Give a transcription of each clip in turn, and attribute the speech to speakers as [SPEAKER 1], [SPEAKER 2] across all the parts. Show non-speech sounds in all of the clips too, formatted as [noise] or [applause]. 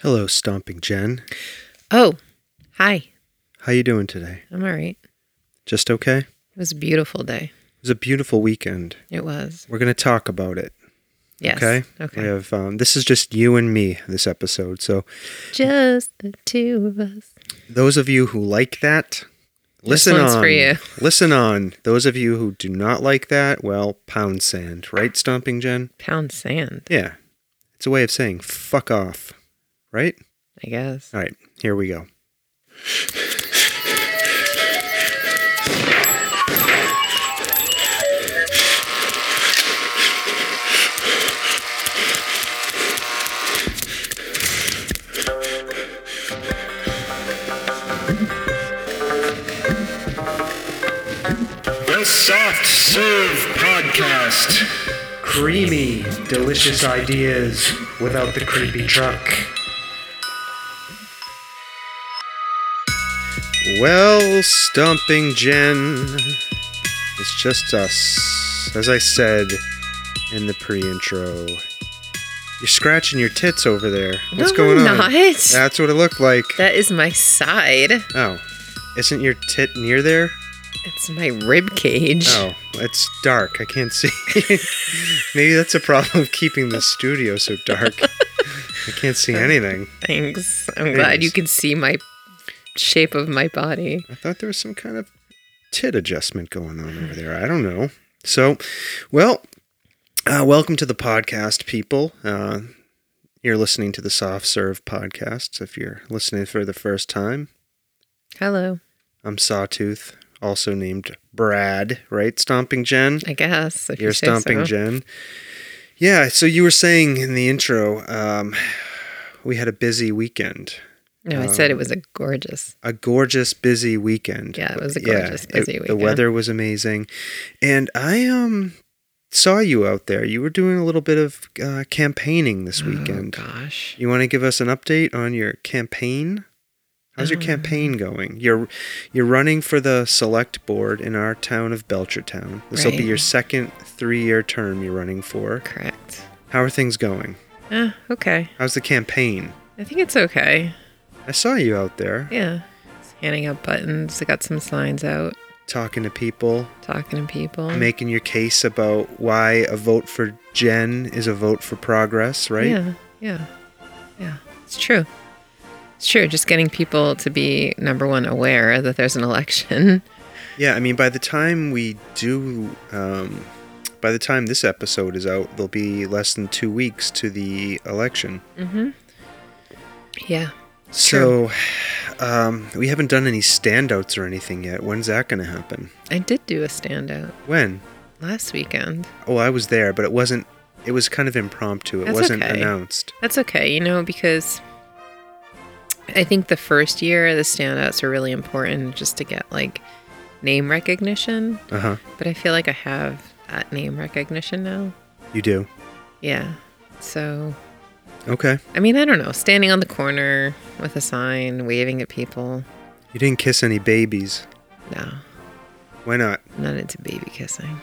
[SPEAKER 1] Hello, Stomping Jen.
[SPEAKER 2] Oh, hi.
[SPEAKER 1] How you doing today?
[SPEAKER 2] I'm all right.
[SPEAKER 1] Just okay? It
[SPEAKER 2] It was a beautiful day.
[SPEAKER 1] was a beautiful weekend.
[SPEAKER 2] It was.
[SPEAKER 1] We're going to talk about it.
[SPEAKER 2] Yes.
[SPEAKER 1] Okay.
[SPEAKER 2] Okay.
[SPEAKER 1] We have um, this is just you and me this episode. So
[SPEAKER 2] Just the two of us.
[SPEAKER 1] those of you who like that, listen
[SPEAKER 2] one's
[SPEAKER 1] on.
[SPEAKER 2] for you.
[SPEAKER 1] [laughs] Listen on. Those of you who do not like that, well, pound sand, right, Stomping Jen?
[SPEAKER 2] Pound sand,
[SPEAKER 1] Yeah, it's a way of saying fuck off, right?
[SPEAKER 2] I guess.
[SPEAKER 1] All right, here we go.
[SPEAKER 3] The Soft Serve Podcast.
[SPEAKER 1] Creamy, delicious ideas without the creepy truck. Well, Stomping Jen, it's just us. As I said in the pre intro, you're scratching your tits over there. What's
[SPEAKER 2] No,
[SPEAKER 1] going
[SPEAKER 2] I'm
[SPEAKER 1] on?
[SPEAKER 2] not.
[SPEAKER 1] That's what it looked like.
[SPEAKER 2] That is my side.
[SPEAKER 1] Oh, isn't your tit near there?
[SPEAKER 2] It's my rib cage.
[SPEAKER 1] Oh, it's dark. I can't see. [laughs] Maybe that's a problem of keeping the studio so dark. I can't see anything.
[SPEAKER 2] Thanks. I'm glad
[SPEAKER 1] Thanks.
[SPEAKER 2] you can see my shape of my body.
[SPEAKER 1] I thought there was some kind of tit adjustment going on over there. I don't know. So, well, uh, welcome to the podcast, people. Uh, you're listening to the Soft Serve Podcasts. If you're listening for the first time,
[SPEAKER 2] Hello,
[SPEAKER 1] I'm Sawtooth, also named Brad, right? Stomping Jen?
[SPEAKER 2] I guess. If
[SPEAKER 1] You're
[SPEAKER 2] you say
[SPEAKER 1] stomping
[SPEAKER 2] so.
[SPEAKER 1] Jen. Yeah, so you were saying in the intro, um, we had a busy weekend,
[SPEAKER 2] No, I said it was a gorgeous.
[SPEAKER 1] a gorgeous busy weekend.
[SPEAKER 2] Yeah, it was a
[SPEAKER 1] Yeah,
[SPEAKER 2] gorgeous
[SPEAKER 1] it-
[SPEAKER 2] busy
[SPEAKER 1] The
[SPEAKER 2] weekend.
[SPEAKER 1] weather was amazing, and I um saw you out there. You were doing a little bit of uh, campaigning this weekend.
[SPEAKER 2] Oh, gosh.
[SPEAKER 1] You want to give us an update on your campaign? How's
[SPEAKER 2] Uh,
[SPEAKER 1] your campaign going? You're you're running for the select board in our town of Belchertown. This will be
[SPEAKER 2] Right.
[SPEAKER 1] your second three-year term you're running for.
[SPEAKER 2] Correct.
[SPEAKER 1] How are things going?
[SPEAKER 2] Ah, okay.
[SPEAKER 1] How's the campaign?
[SPEAKER 2] I think it's okay.
[SPEAKER 1] I saw you out there
[SPEAKER 2] Yeah. Just handing out buttons. I got some signs out,
[SPEAKER 1] talking to people,
[SPEAKER 2] talking to people.
[SPEAKER 1] making your case about why a vote for Jen is a vote for progress, right?
[SPEAKER 2] Yeah, yeah, yeah. It's true. It's true. Just getting people to be number one aware that there's an election. [laughs]
[SPEAKER 1] Yeah, I mean, by the time we do, um, by the time this episode is out, there'll be less than two weeks to the election.
[SPEAKER 2] Yeah.
[SPEAKER 1] So, um, we haven't done any standouts or anything yet. When's that going to happen?
[SPEAKER 2] I did do a standout
[SPEAKER 1] When?
[SPEAKER 2] last weekend.
[SPEAKER 1] Oh, I was there, but it wasn't. It was kind of impromptu. It
[SPEAKER 2] That's
[SPEAKER 1] wasn't
[SPEAKER 2] okay.
[SPEAKER 1] announced.
[SPEAKER 2] That's okay, you know, because I think the first year the standouts are really important just to get like name recognition.
[SPEAKER 1] Uh huh.
[SPEAKER 2] But I feel like I have that name recognition now.
[SPEAKER 1] You do.
[SPEAKER 2] Yeah. So
[SPEAKER 1] Okay.
[SPEAKER 2] I mean, I don't know. Standing on the corner with a sign, waving at people.
[SPEAKER 1] You didn't kiss any babies.
[SPEAKER 2] No.
[SPEAKER 1] Why not?
[SPEAKER 2] I'm not into baby kissing.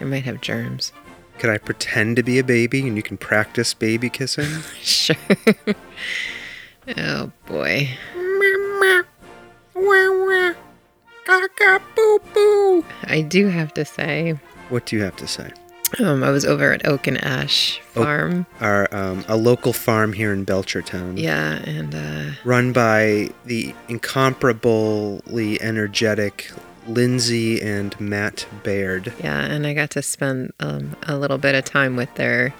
[SPEAKER 2] I might have germs. [laughs]
[SPEAKER 1] Could I pretend to be a baby and you can practice baby kissing?
[SPEAKER 2] Sure. oh boy. I do have to say,
[SPEAKER 1] what do you have to say?
[SPEAKER 2] um, I was over at Oak and Ash
[SPEAKER 1] Oak-
[SPEAKER 2] Farm.
[SPEAKER 1] Our um, a local farm here in Belchertown,
[SPEAKER 2] Yeah, and uh,
[SPEAKER 1] run by the incomparably energetic Lindsay and Matt Baird.
[SPEAKER 2] yeah, and I got to spend um, a little bit of time with their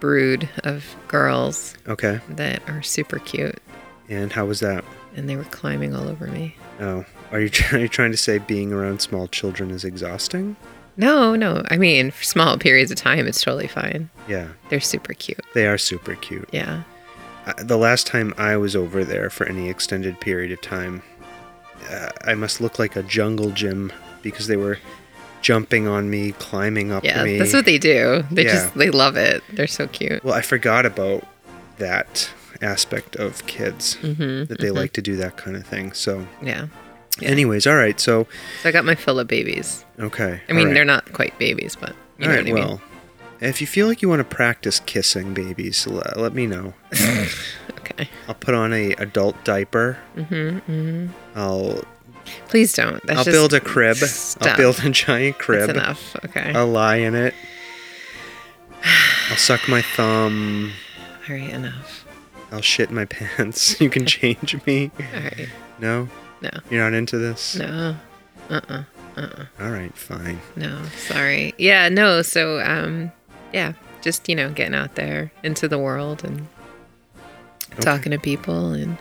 [SPEAKER 2] brood of girls
[SPEAKER 1] Okay.
[SPEAKER 2] that are super cute,
[SPEAKER 1] And how was that?
[SPEAKER 2] and they were climbing all over me.
[SPEAKER 1] [laughs] Oh, are you, try- are you trying to say being around small children is exhausting?
[SPEAKER 2] No, no. I mean, for small periods of time, it's totally fine.
[SPEAKER 1] Yeah,
[SPEAKER 2] They're super cute.
[SPEAKER 1] they are super cute.
[SPEAKER 2] Yeah.
[SPEAKER 1] I, the last time I was over there for any extended period of time, uh, I must look like a jungle gym because they were jumping on me, climbing up
[SPEAKER 2] Yeah.
[SPEAKER 1] me.
[SPEAKER 2] That's what they do. They
[SPEAKER 1] Yeah.
[SPEAKER 2] just, they love it. They're so cute.
[SPEAKER 1] Well, I forgot about that aspect of kids
[SPEAKER 2] Mm-hmm,
[SPEAKER 1] that they like to do that kind of thing. So,
[SPEAKER 2] Yeah.
[SPEAKER 1] anyways, all right. So,
[SPEAKER 2] So I got my fill of babies.
[SPEAKER 1] okay.
[SPEAKER 2] I mean,
[SPEAKER 1] all right.
[SPEAKER 2] they're not quite babies, but you know
[SPEAKER 1] All right,
[SPEAKER 2] what I mean.
[SPEAKER 1] well, if you feel like you want to practice kissing babies, let, let me know.
[SPEAKER 2] Okay.
[SPEAKER 1] I'll put on a adult diaper. Mm-hmm, I'll
[SPEAKER 2] Please don't. That's
[SPEAKER 1] I'll
[SPEAKER 2] just
[SPEAKER 1] build a crib. I'll
[SPEAKER 2] stuff.
[SPEAKER 1] build a giant crib. Oh.
[SPEAKER 2] That's enough. Okay.
[SPEAKER 1] I'll lie in
[SPEAKER 2] [sighs]
[SPEAKER 1] it. I'll suck my thumb.
[SPEAKER 2] All right. Enough.
[SPEAKER 1] I'll shit my pants. [laughs]
[SPEAKER 2] [laughs]
[SPEAKER 1] You can change me.
[SPEAKER 2] All right.
[SPEAKER 1] No,
[SPEAKER 2] No.
[SPEAKER 1] you're not into this.
[SPEAKER 2] No. Uh-uh.
[SPEAKER 1] All right, fine.
[SPEAKER 2] No. Sorry. Yeah. No. So, um, yeah, just you know, getting out there into the world and talking to people and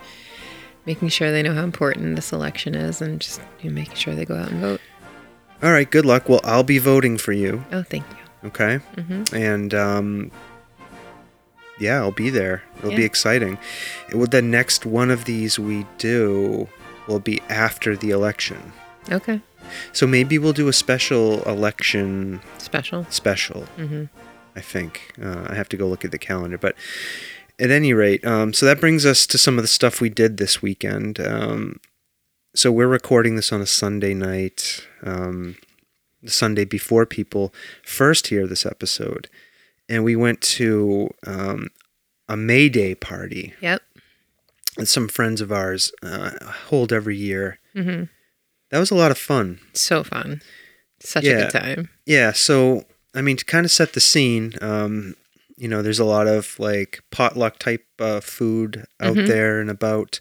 [SPEAKER 2] making sure they know how important this election is, and just you know, making sure they go out and vote.
[SPEAKER 1] All right, good luck. Well, I'll be voting for you.
[SPEAKER 2] Oh, thank you.
[SPEAKER 1] Okay. Mm-hmm. And um, yeah, I'll be there. It'll be
[SPEAKER 2] Yeah.
[SPEAKER 1] exciting. It, will- the next one of these we do will be after the election.
[SPEAKER 2] Okay.
[SPEAKER 1] So maybe we'll do a special election
[SPEAKER 2] Special.
[SPEAKER 1] special. Mm-hmm. I think uh, I have to go look at the calendar, but at any rate, um, so that brings us to some of the stuff we did this weekend. Um, so we're recording this on a Sunday night, um, the Sunday before people first hear this episode, and we went to um, a May Day party
[SPEAKER 2] Yep.
[SPEAKER 1] that some friends of ours uh, hold every year. Mm-hmm. That was a lot of fun.
[SPEAKER 2] So fun. Such a
[SPEAKER 1] Yeah.
[SPEAKER 2] good time.
[SPEAKER 1] Yeah, so I mean, to kind of set the scene, um, you know, there's a lot of like potluck type uh, food out there and about,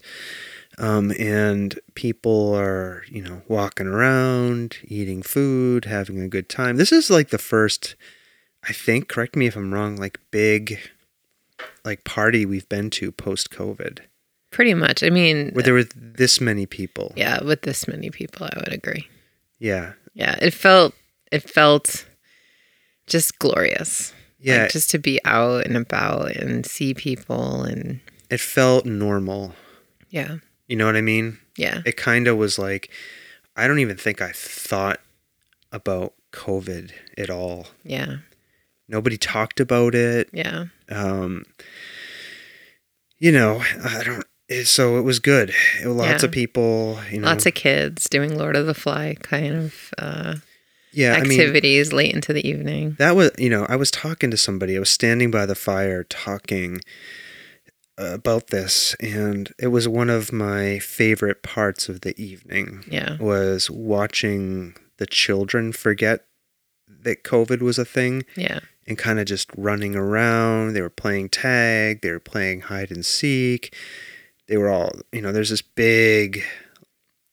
[SPEAKER 1] um, and people are you know walking around, eating food, having a good time. This is like the first, I think. Correct me if I'm wrong. Like big, like party we've been to post COVID,
[SPEAKER 2] Pretty much. I mean,
[SPEAKER 1] where there were this many people.
[SPEAKER 2] yeah, with this many people, I would agree.
[SPEAKER 1] Yeah,
[SPEAKER 2] Yeah, it felt it felt just glorious.
[SPEAKER 1] yeah.
[SPEAKER 2] Like, just to be out and about and see people and
[SPEAKER 1] it felt normal.
[SPEAKER 2] yeah.
[SPEAKER 1] You know what I mean?
[SPEAKER 2] Yeah.
[SPEAKER 1] it kind of was like i don't even think i thought about covid at all
[SPEAKER 2] Yeah.
[SPEAKER 1] nobody talked about it
[SPEAKER 2] Yeah.
[SPEAKER 1] um you know i don't it- so it was good It- lots
[SPEAKER 2] Yeah.
[SPEAKER 1] of people you know
[SPEAKER 2] Lots of kids doing Lord of the Fly kind of uh,
[SPEAKER 1] yeah i mean
[SPEAKER 2] activities late into the evening.
[SPEAKER 1] that was you know i was talking to somebody i was standing by the fire talking about this and it was one of my favorite parts of the evening
[SPEAKER 2] Yeah.
[SPEAKER 1] was watching the children forget that COVID was a thing
[SPEAKER 2] Yeah.
[SPEAKER 1] and kind of just running around. They were playing tag, they were playing hide and seek. They were all, you know, there's this big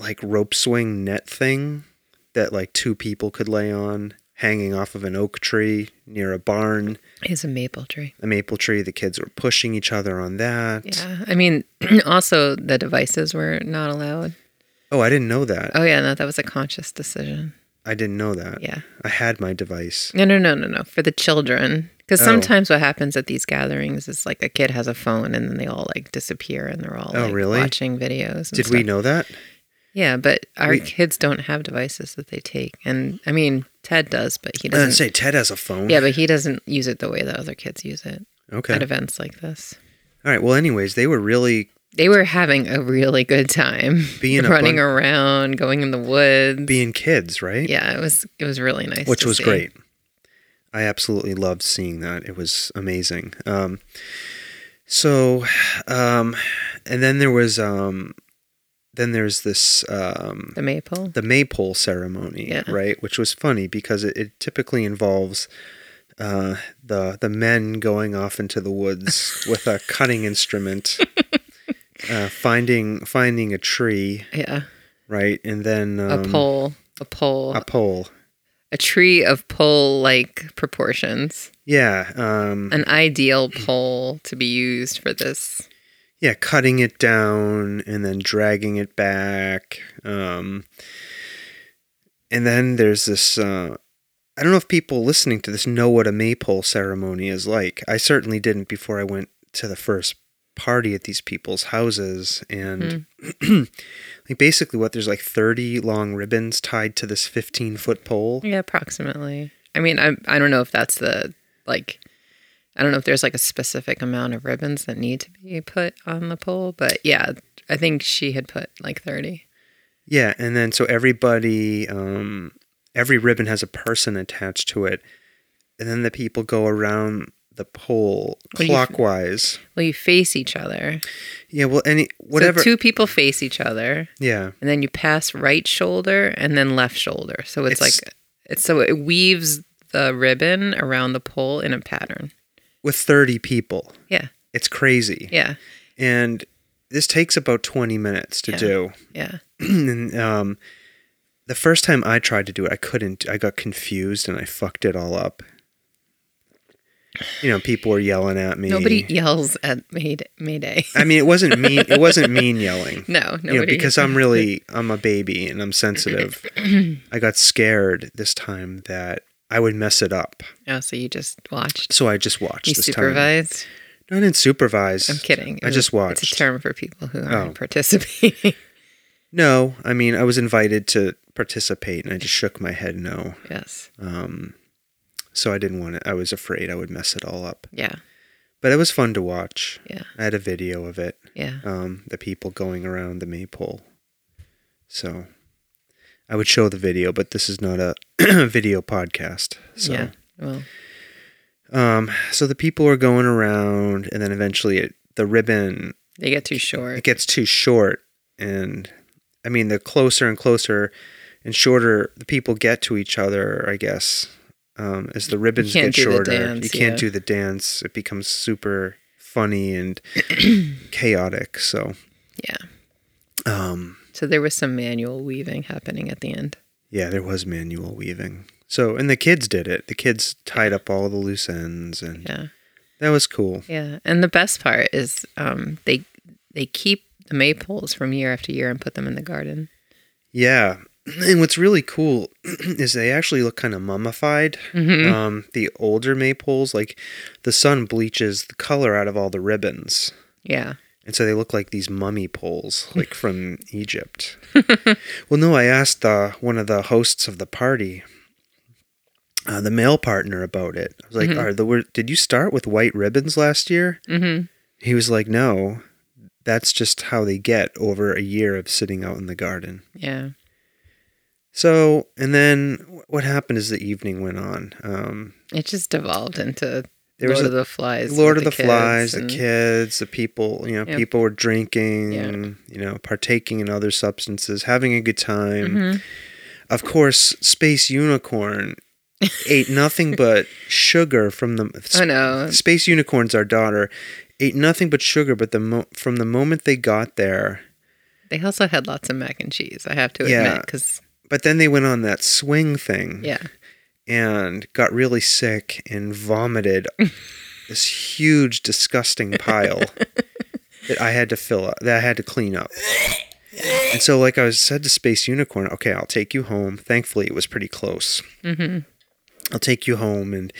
[SPEAKER 1] like rope swing net thing that like two people could lay on hanging off of an oak tree near a barn,
[SPEAKER 2] It's a maple tree.
[SPEAKER 1] a maple tree. The kids were pushing each other on that.
[SPEAKER 2] Yeah. I mean, [clears throat] also the devices were not allowed.
[SPEAKER 1] Oh, I didn't know that.
[SPEAKER 2] Oh, yeah. No, that was a conscious decision.
[SPEAKER 1] I didn't know that.
[SPEAKER 2] Yeah.
[SPEAKER 1] I had my device.
[SPEAKER 2] No, no, no, no, no. For the children. Because
[SPEAKER 1] Oh.
[SPEAKER 2] sometimes what happens at these gatherings is like a kid has a phone and then they all like disappear and they're all
[SPEAKER 1] Oh,
[SPEAKER 2] like
[SPEAKER 1] really?
[SPEAKER 2] watching videos. And
[SPEAKER 1] Did we
[SPEAKER 2] stuff.
[SPEAKER 1] know that?
[SPEAKER 2] Yeah, but our
[SPEAKER 1] We-
[SPEAKER 2] kids don't have devices that they take. And I mean, Ted does, but he
[SPEAKER 1] I didn't
[SPEAKER 2] doesn't.
[SPEAKER 1] Uh, say Ted has a phone.
[SPEAKER 2] yeah, but he doesn't use it the way that other kids use it
[SPEAKER 1] Okay.
[SPEAKER 2] at events like this.
[SPEAKER 1] All right. Well, anyways, they were really
[SPEAKER 2] They were having a really good time
[SPEAKER 1] Being a
[SPEAKER 2] [laughs] running
[SPEAKER 1] bun-
[SPEAKER 2] around, going in the woods.
[SPEAKER 1] being kids, right?
[SPEAKER 2] yeah, it was it was really nice.
[SPEAKER 1] Which
[SPEAKER 2] to
[SPEAKER 1] was
[SPEAKER 2] see.
[SPEAKER 1] great. I absolutely loved seeing that. It was amazing. Um, so, um, and then there was, um, then there's this, um,
[SPEAKER 2] The maple.
[SPEAKER 1] the maypole ceremony,
[SPEAKER 2] Yeah.
[SPEAKER 1] right? Which was funny because it, it typically involves, uh, the, the men going off into the woods with a cutting instrument, uh, finding, finding a tree,
[SPEAKER 2] Yeah.
[SPEAKER 1] right? And then,
[SPEAKER 2] A
[SPEAKER 1] um,
[SPEAKER 2] pole. A pole.
[SPEAKER 1] a pole.
[SPEAKER 2] a tree of pole like proportions.
[SPEAKER 1] Yeah, um,
[SPEAKER 2] An ideal pole to be used for this.
[SPEAKER 1] yeah, cutting it down and then dragging it back. Um, and then there's this uh, I don't know if people listening to this know what a maypole ceremony is like. I certainly didn't before I went to the first party at these people's houses and
[SPEAKER 2] Hmm.
[SPEAKER 1] [clears throat] like basically what there's like 30 long ribbons tied to this 15 foot pole.
[SPEAKER 2] Yeah, approximately. I mean, I I don't know if that's the like I don't know if there's like a specific amount of ribbons that need to be put on the pole, but yeah, I think she had put like 30.
[SPEAKER 1] Yeah, and then so everybody, um, every ribbon has a person attached to it, and then the people go around the pole
[SPEAKER 2] Well, you-
[SPEAKER 1] clockwise.
[SPEAKER 2] Well, you face each other.
[SPEAKER 1] yeah, well, any whatever.
[SPEAKER 2] So two people face each other,
[SPEAKER 1] yeah,
[SPEAKER 2] and then you pass right shoulder and then left shoulder. So
[SPEAKER 1] It's-
[SPEAKER 2] it's, like it's so it weaves the ribbon around the pole in a pattern.
[SPEAKER 1] with thirty people,
[SPEAKER 2] Yeah.
[SPEAKER 1] it's crazy,
[SPEAKER 2] Yeah.
[SPEAKER 1] and this takes about twenty minutes to
[SPEAKER 2] Yeah.
[SPEAKER 1] do. [clears throat]
[SPEAKER 2] Yeah.
[SPEAKER 1] and um, the first time I tried to do it, I couldn't. I got confused and I fucked it all up. You know, people were yelling at me.
[SPEAKER 2] Nobody yells at Mayday.
[SPEAKER 1] [laughs]
[SPEAKER 2] Mayday.
[SPEAKER 1] I mean, it wasn't mean. It wasn't mean yelling.
[SPEAKER 2] [laughs] No,
[SPEAKER 1] you know,
[SPEAKER 2] nobody-
[SPEAKER 1] because
[SPEAKER 2] [laughs]
[SPEAKER 1] I'm really I'm a baby and I'm
[SPEAKER 2] [clears throat]
[SPEAKER 1] sensitive. I got scared this time that I would mess it up,
[SPEAKER 2] Oh, so you just watched.
[SPEAKER 1] so I just watched.
[SPEAKER 2] You
[SPEAKER 1] this
[SPEAKER 2] supervised.
[SPEAKER 1] Time. No, I didn't supervise.
[SPEAKER 2] I'm kidding.
[SPEAKER 1] I just watched.
[SPEAKER 2] It's a term for people who aren't
[SPEAKER 1] Oh.
[SPEAKER 2] participating. [laughs]
[SPEAKER 1] No, I mean I was invited to participate, and I just shook my head no.
[SPEAKER 2] yes.
[SPEAKER 1] Um, so I didn't want to. I was afraid I would mess it all up,
[SPEAKER 2] Yeah.
[SPEAKER 1] but it was fun to watch.
[SPEAKER 2] Yeah.
[SPEAKER 1] I had a video of it.
[SPEAKER 2] Yeah.
[SPEAKER 1] um, the people going around the maypole. So I would show the video, but this is not a [clears throat] video podcast. So,
[SPEAKER 2] Yeah. Well,
[SPEAKER 1] um, so the people are going around, and then eventually it, the ribbon
[SPEAKER 2] they get too
[SPEAKER 1] it
[SPEAKER 2] short.
[SPEAKER 1] gets too short, and I mean the closer and closer and shorter the people get to each other, I guess. Um, as the ribbons get
[SPEAKER 2] can't do the
[SPEAKER 1] shorter,
[SPEAKER 2] dance,
[SPEAKER 1] you can't
[SPEAKER 2] yeah.
[SPEAKER 1] do the dance. It becomes super funny
[SPEAKER 2] [clears throat]
[SPEAKER 1] and chaotic. So,
[SPEAKER 2] Yeah.
[SPEAKER 1] um,
[SPEAKER 2] So there was some manual weaving happening at the end.
[SPEAKER 1] Yeah, there was manual weaving. So, and the kids did it. The kids tied up all the loose ends, and
[SPEAKER 2] Yeah.
[SPEAKER 1] that was cool.
[SPEAKER 2] Yeah. And the best part is um, they they keep the maypoles from year after year and put them in the garden.
[SPEAKER 1] Yeah. And what's really cool [clears throat] is they actually look kind of mummified. Um, the older maypoles, like the sun bleaches the color out of all the ribbons.
[SPEAKER 2] Yeah.
[SPEAKER 1] And so they look like these mummy poles, like from Egypt. well, no, I asked uh, one of the hosts of the party, uh, the male partner, about it. I was like, "Are the were- did you start with white ribbons last year?" Mm-hmm. He was like, "No, that's just how they get over a year of sitting out in the garden."
[SPEAKER 2] Yeah.
[SPEAKER 1] So, and then wh- what happened as the evening went on? Um,
[SPEAKER 2] It just devolved into
[SPEAKER 1] There was
[SPEAKER 2] Lord
[SPEAKER 1] a-
[SPEAKER 2] of the Flies. with
[SPEAKER 1] Lord of the, Flies,
[SPEAKER 2] kids and-
[SPEAKER 1] the kids, the people, you know,
[SPEAKER 2] Yep.
[SPEAKER 1] people were drinking,
[SPEAKER 2] Yeah.
[SPEAKER 1] you know, partaking in other substances, having a good time.
[SPEAKER 2] Mm-hmm.
[SPEAKER 1] Of course, Space
[SPEAKER 2] [laughs]
[SPEAKER 1] Unicorn ate nothing but sugar from the
[SPEAKER 2] I know.
[SPEAKER 1] Space Unicorn's our daughter ate nothing but sugar but the mo- from the moment they got there.
[SPEAKER 2] They also had lots of mac and cheese, I have to
[SPEAKER 1] Yeah.
[SPEAKER 2] admit, because,
[SPEAKER 1] But then they went on that swing thing
[SPEAKER 2] yeah.
[SPEAKER 1] and got really sick and vomited this huge disgusting pile that I had to fill up that I had to clean up. And so like I was said to Space Unicorn, okay, I'll take you home. Thankfully it was pretty close. I'll take you home and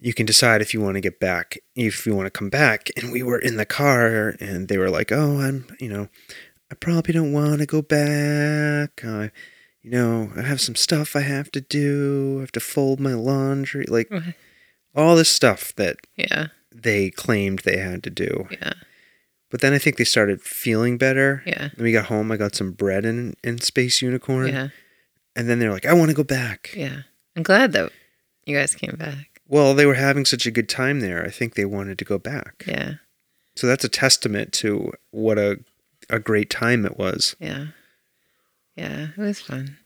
[SPEAKER 1] you can decide if you want to get back, if you want to come back. And we were in the car and they were like, oh, I'm, you know, I probably don't want to go back. I, you know, I have some stuff I have to do. I have to fold my laundry, like
[SPEAKER 2] Right.
[SPEAKER 1] all this stuff that
[SPEAKER 2] Yeah.
[SPEAKER 1] they claimed they had to do.
[SPEAKER 2] Yeah.
[SPEAKER 1] But then I think they started feeling better.
[SPEAKER 2] Yeah.
[SPEAKER 1] When we got home, I got some bread and, and Space Unicorn.
[SPEAKER 2] Yeah.
[SPEAKER 1] And then they're like, I want to go back.
[SPEAKER 2] Yeah. I'm glad that you guys came back.
[SPEAKER 1] Well, they were having such a good time there. I think they wanted to go back.
[SPEAKER 2] Yeah.
[SPEAKER 1] So that's a testament to what a a great time it was.
[SPEAKER 2] Yeah. Yeah. It was fun.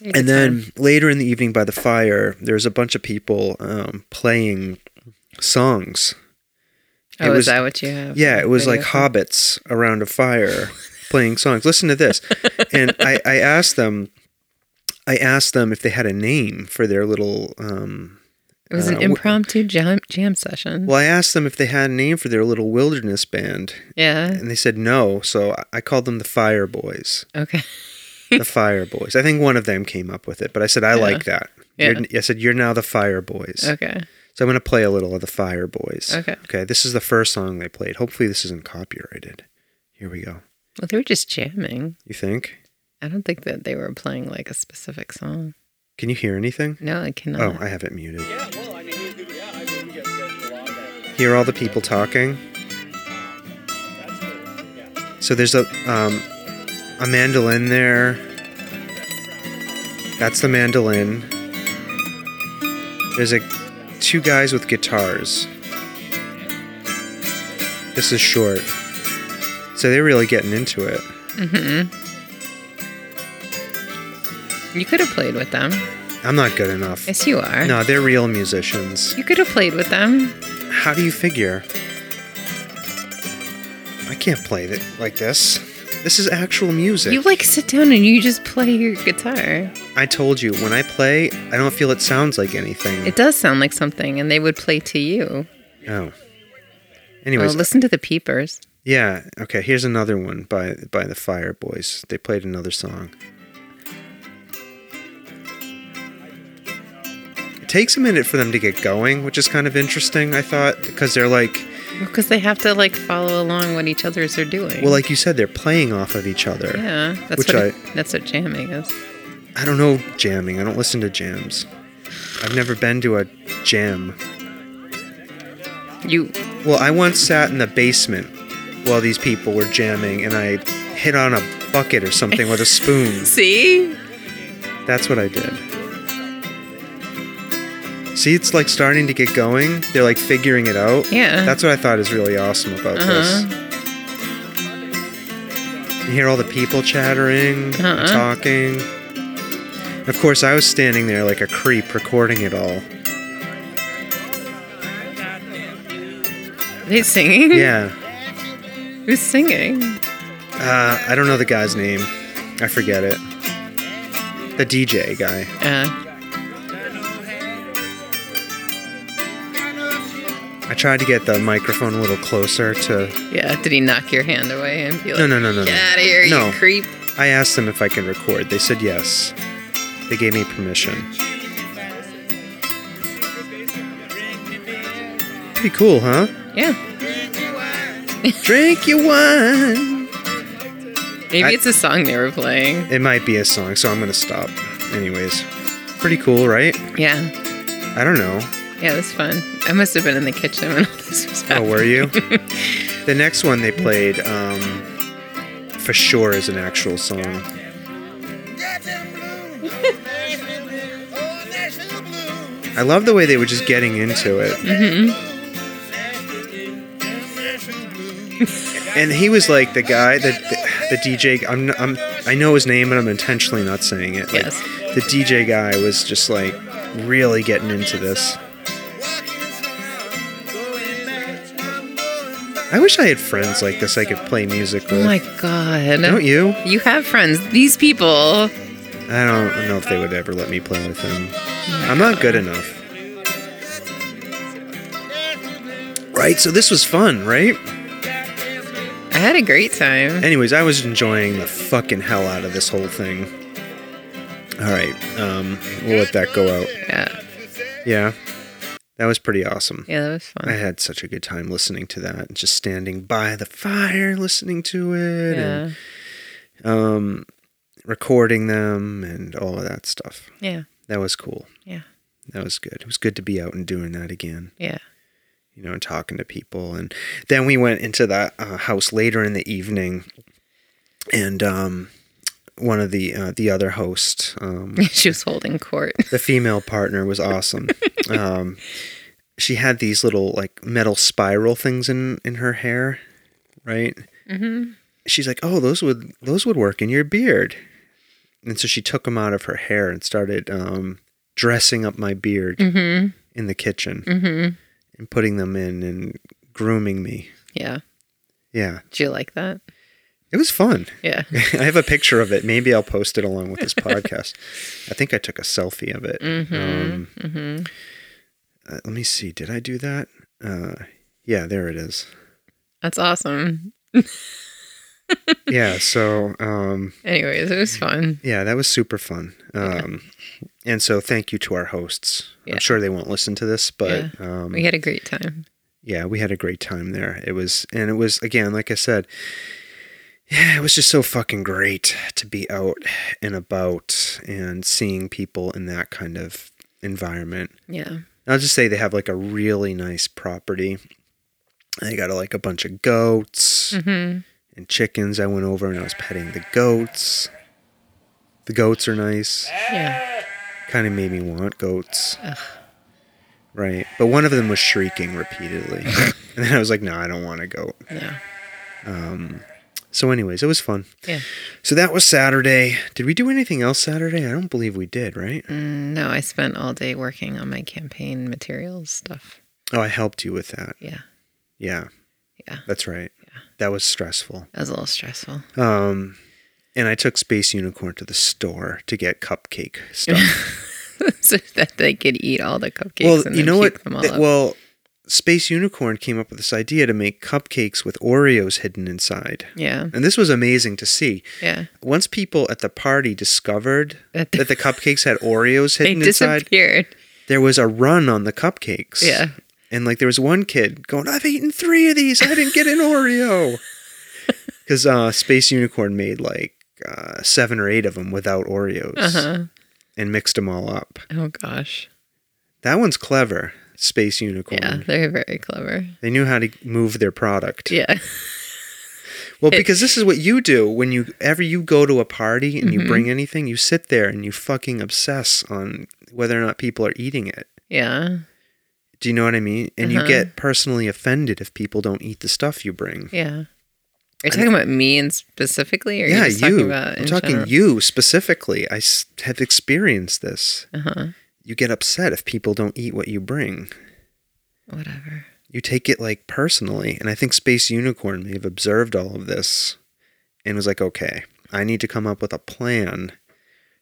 [SPEAKER 2] We had a
[SPEAKER 1] And
[SPEAKER 2] good
[SPEAKER 1] then
[SPEAKER 2] time.
[SPEAKER 1] later in the evening by the fire, there's a bunch of people um, playing songs.
[SPEAKER 2] oh,
[SPEAKER 1] it
[SPEAKER 2] is
[SPEAKER 1] was-
[SPEAKER 2] that what you have?
[SPEAKER 1] Yeah, it was like
[SPEAKER 2] video for?
[SPEAKER 1] hobbits around a
[SPEAKER 2] [laughs]
[SPEAKER 1] fire playing songs. Listen to this. and I, I asked them I asked them if they had a name for their little um,
[SPEAKER 2] It was
[SPEAKER 1] uh,
[SPEAKER 2] an
[SPEAKER 1] w-
[SPEAKER 2] impromptu jam, jam session.
[SPEAKER 1] well, I asked them if they had a name for their little wilderness band,
[SPEAKER 2] Yeah.
[SPEAKER 1] and they said no. So I- I called them the Fire Boys.
[SPEAKER 2] Okay.
[SPEAKER 1] [laughs] the Fire Boys. I think one of them came up with it, but I said I like that.
[SPEAKER 2] Yeah.
[SPEAKER 1] You're, I said, You're now the Fire Boys.
[SPEAKER 2] Okay.
[SPEAKER 1] So I'm going to play a little of the Fire Boys.
[SPEAKER 2] Okay.
[SPEAKER 1] Okay. This is the first song they played. Hopefully, this isn't copyrighted. Here we go.
[SPEAKER 2] Well, they were just jamming.
[SPEAKER 1] You think?
[SPEAKER 2] I don't think that they were playing like a specific song.
[SPEAKER 1] Can you hear anything?
[SPEAKER 2] No, I cannot.
[SPEAKER 1] Oh, I have it muted. Hear all the people talking. So there's a um, a mandolin there. That's the mandolin. There's a two guys with guitars. This is short. So they're really getting into it.
[SPEAKER 2] you could have played with them.
[SPEAKER 1] I'm not good enough.
[SPEAKER 2] Yes, you are.
[SPEAKER 1] No, they're real musicians.
[SPEAKER 2] You could have played with them.
[SPEAKER 1] How do you figure? I can't play it like this. This is actual music.
[SPEAKER 2] You like sit down and you just play your guitar.
[SPEAKER 1] I told you, when I play, I don't feel it sounds like anything.
[SPEAKER 2] It does sound like something, and they would play to you.
[SPEAKER 1] oh.
[SPEAKER 2] Oh,
[SPEAKER 1] Anyways,
[SPEAKER 2] listen to the peepers.
[SPEAKER 1] yeah. Okay, here's another one by by the Fire Boys. They played another song. It takes a minute for them to get going, which is kind of interesting, I thought, because they're like,
[SPEAKER 2] Because they have to like follow along what each others are doing.
[SPEAKER 1] well, like you said, they're playing off of each other.
[SPEAKER 2] yeah, that's
[SPEAKER 1] which
[SPEAKER 2] what
[SPEAKER 1] I-
[SPEAKER 2] it- that's what jamming is.
[SPEAKER 1] I don't know jamming. I don't listen to jams. I've never been to a jam.
[SPEAKER 2] You
[SPEAKER 1] Well, I once sat in the basement while these people were jamming and I hit on a bucket or something with a
[SPEAKER 2] [laughs]
[SPEAKER 1] spoon.
[SPEAKER 2] see?
[SPEAKER 1] That's what I did. See, it's like starting to get going. They're like figuring it out.
[SPEAKER 2] Yeah.
[SPEAKER 1] That's what I thought is really awesome about this. You hear all the people chattering, and
[SPEAKER 2] Uh-uh.
[SPEAKER 1] talking. Of course, I was standing there like a creep recording it all.
[SPEAKER 2] They singing?
[SPEAKER 1] Yeah.
[SPEAKER 2] Who's singing?
[SPEAKER 1] Uh, I don't know the guy's name. I forget it. The DJ guy.
[SPEAKER 2] Uh,
[SPEAKER 1] I tried to get the microphone a little closer to.
[SPEAKER 2] yeah. Did he knock your hand away and be like,
[SPEAKER 1] No, no, no, no.
[SPEAKER 2] "Get
[SPEAKER 1] no.
[SPEAKER 2] out of here,
[SPEAKER 1] No.
[SPEAKER 2] you creep"?
[SPEAKER 1] I asked them if I can record. They said yes. They gave me permission. Pretty cool, huh?
[SPEAKER 2] Yeah.
[SPEAKER 1] Drink your wine.
[SPEAKER 2] Maybe
[SPEAKER 1] I-
[SPEAKER 2] it's a song they were playing.
[SPEAKER 1] It might be a song, so I'm gonna stop. Anyways, pretty cool, right?
[SPEAKER 2] Yeah.
[SPEAKER 1] I don't know.
[SPEAKER 2] Yeah, it was fun. I must have been in the kitchen when [laughs] all this was
[SPEAKER 1] Oh,
[SPEAKER 2] happening.
[SPEAKER 1] were
[SPEAKER 2] [laughs]
[SPEAKER 1] you? the next one they played, um, for sure, is an actual song. I love the way they were just getting into it.
[SPEAKER 2] Mm-hmm.
[SPEAKER 1] And he was like the guy, the the DJ. I'm, I'm I know his name, but I'm intentionally not saying it. Like,
[SPEAKER 2] Yes.
[SPEAKER 1] The DJ guy was just like really getting into this. I wish I had friends like this I could play music with.
[SPEAKER 2] Oh my god.
[SPEAKER 1] Don't you?
[SPEAKER 2] You have friends. These people.
[SPEAKER 1] I don't know if they would ever let me play with them. I'm not good enough. Right, so this was fun, right?
[SPEAKER 2] I had a great time.
[SPEAKER 1] Anyways, I was enjoying the fucking hell out of this whole thing. All right, um, we'll let that go out.
[SPEAKER 2] Yeah.
[SPEAKER 1] Yeah, that was pretty awesome.
[SPEAKER 2] Yeah, that was
[SPEAKER 1] I
[SPEAKER 2] fun.
[SPEAKER 1] had such a good time listening to that, and just standing by the fire, listening to it,
[SPEAKER 2] Yeah.
[SPEAKER 1] and um, recording them, and all of that stuff.
[SPEAKER 2] Yeah.
[SPEAKER 1] That was cool.
[SPEAKER 2] Yeah.
[SPEAKER 1] That was good. It was good to be out and doing that again,
[SPEAKER 2] Yeah. [laughs]
[SPEAKER 1] you know, and talking to people. And then we went into that uh, house later in the evening, and um, one of the uh, the other host,
[SPEAKER 2] [laughs]
[SPEAKER 1] um,
[SPEAKER 2] she was holding court.
[SPEAKER 1] the female partner, was awesome. um, she had these little like metal spiral things in in her hair, right?
[SPEAKER 2] Mm-hmm.
[SPEAKER 1] She's like, "Oh, those would those would work in your beard," and so she took them out of her hair and started um, dressing up my beard
[SPEAKER 2] Mm-hmm.
[SPEAKER 1] in the kitchen.
[SPEAKER 2] Mm-hmm.
[SPEAKER 1] and putting them in and grooming me.
[SPEAKER 2] Yeah.
[SPEAKER 1] Yeah,
[SPEAKER 2] Do you like that?
[SPEAKER 1] it was
[SPEAKER 2] [laughs]
[SPEAKER 1] fun.
[SPEAKER 2] Yeah.
[SPEAKER 1] [laughs] I have a picture of it. Maybe I'll post it along with
[SPEAKER 2] [laughs]
[SPEAKER 1] this podcast. I think I took a selfie of it.
[SPEAKER 2] Mm-hmm.
[SPEAKER 1] Um,
[SPEAKER 2] mm-hmm.
[SPEAKER 1] uh, let me see. Did I do that? Uh, yeah, there it is.
[SPEAKER 2] That's awesome. [laughs]
[SPEAKER 1] yeah. So, um,
[SPEAKER 2] Anyways, it was fun.
[SPEAKER 1] yeah, that was super fun. Um, And so, thank you to our hosts.
[SPEAKER 2] Yeah.
[SPEAKER 1] I'm sure they won't listen to this, but um,
[SPEAKER 2] We had a great time.
[SPEAKER 1] yeah, we had a great time there. It was, and it was again, like I said, yeah, it was just so fucking great to be out and about and seeing people in that kind of environment.
[SPEAKER 2] Yeah.
[SPEAKER 1] I'll just say they have like a really nice property. They got like a bunch of goats and chickens. I went over and I was petting the goats. The goats are nice.
[SPEAKER 2] Yeah.
[SPEAKER 1] Kind of made me want goats. Right. But one of them was shrieking
[SPEAKER 2] [laughs]
[SPEAKER 1] repeatedly. and then I was like, no, I don't want a goat.
[SPEAKER 2] No.
[SPEAKER 1] So, anyways, it was fun.
[SPEAKER 2] Yeah.
[SPEAKER 1] So that was Saturday. Did we do anything else Saturday? I don't believe we did, right?
[SPEAKER 2] Mm. No, I spent all day working on my campaign materials stuff.
[SPEAKER 1] Oh, I helped you with that.
[SPEAKER 2] Yeah.
[SPEAKER 1] Yeah.
[SPEAKER 2] Yeah.
[SPEAKER 1] That's right. That was stressful.
[SPEAKER 2] That was a little stressful. [laughs]
[SPEAKER 1] Um, and I took Space Unicorn to the store to get
[SPEAKER 2] [laughs]
[SPEAKER 1] cupcake stuff.
[SPEAKER 2] so that they could eat all the cupcakes
[SPEAKER 1] well,
[SPEAKER 2] and
[SPEAKER 1] you
[SPEAKER 2] then
[SPEAKER 1] know
[SPEAKER 2] puke
[SPEAKER 1] what?
[SPEAKER 2] them all
[SPEAKER 1] Th-
[SPEAKER 2] up.
[SPEAKER 1] well, Space Unicorn came up with this idea to make cupcakes with Oreos hidden inside.
[SPEAKER 2] yeah.
[SPEAKER 1] And this was amazing to see.
[SPEAKER 2] Yeah.
[SPEAKER 1] Once people at the party discovered
[SPEAKER 2] That
[SPEAKER 1] that
[SPEAKER 2] they-
[SPEAKER 1] the, cupcakes had Oreos
[SPEAKER 2] They
[SPEAKER 1] hidden inside,
[SPEAKER 2] disappeared.
[SPEAKER 1] there was a run on the cupcakes.
[SPEAKER 2] Yeah.
[SPEAKER 1] And like there was one kid going, I've eaten three of these. I didn't get an
[SPEAKER 2] [laughs]
[SPEAKER 1] Oreo. Because uh, Space Unicorn made like uh, seven or eight of them without Oreos
[SPEAKER 2] Uh-huh.
[SPEAKER 1] and mixed them all up.
[SPEAKER 2] Oh gosh.
[SPEAKER 1] That one's clever, Space Unicorn.
[SPEAKER 2] Yeah, they're very clever.
[SPEAKER 1] They knew how to move their product.
[SPEAKER 2] Yeah. [laughs]
[SPEAKER 1] Well, because this is what you do when you ever you go to a party and
[SPEAKER 2] Mm-hmm.
[SPEAKER 1] you bring anything, you sit there and you fucking obsess on whether or not people are eating it.
[SPEAKER 2] Yeah.
[SPEAKER 1] Do you know what I mean? And
[SPEAKER 2] Uh-huh.
[SPEAKER 1] you get personally offended if people don't eat the stuff you bring.
[SPEAKER 2] Yeah. Are you talking about me and specifically, or are you just talking about?
[SPEAKER 1] I'm
[SPEAKER 2] in
[SPEAKER 1] talking
[SPEAKER 2] general?
[SPEAKER 1] you specifically. I s- have experienced this.
[SPEAKER 2] Uh-huh.
[SPEAKER 1] You get upset if people don't eat what you bring.
[SPEAKER 2] Whatever.
[SPEAKER 1] You take it like personally, and I think Space Unicorn may have observed all of this and was like, "Okay, I need to come up with a plan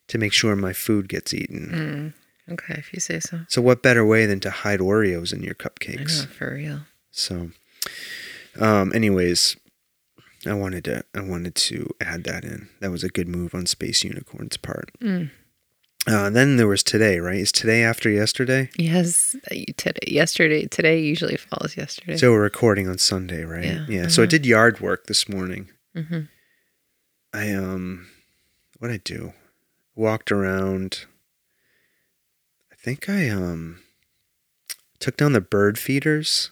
[SPEAKER 1] to make sure my food gets eaten."
[SPEAKER 2] Mm. Hmm. Okay, if you say so.
[SPEAKER 1] So what better way than to hide Oreos in your
[SPEAKER 2] I
[SPEAKER 1] cupcakes?
[SPEAKER 2] know for real.
[SPEAKER 1] So, um, anyways, I wanted to I wanted to add that in. That was a good move on Space Unicorn's part.
[SPEAKER 2] Mm.
[SPEAKER 1] Uh, then there was today, right? Is today after yesterday?
[SPEAKER 2] Yes, you- today, yesterday, today usually follows yesterday.
[SPEAKER 1] So we're recording on Sunday, right?
[SPEAKER 2] Yeah. Uh-huh.
[SPEAKER 1] So I did yard work this morning.
[SPEAKER 2] Mm-hmm.
[SPEAKER 1] I um, what I do? Walked around. I think I um, took down the bird feeders,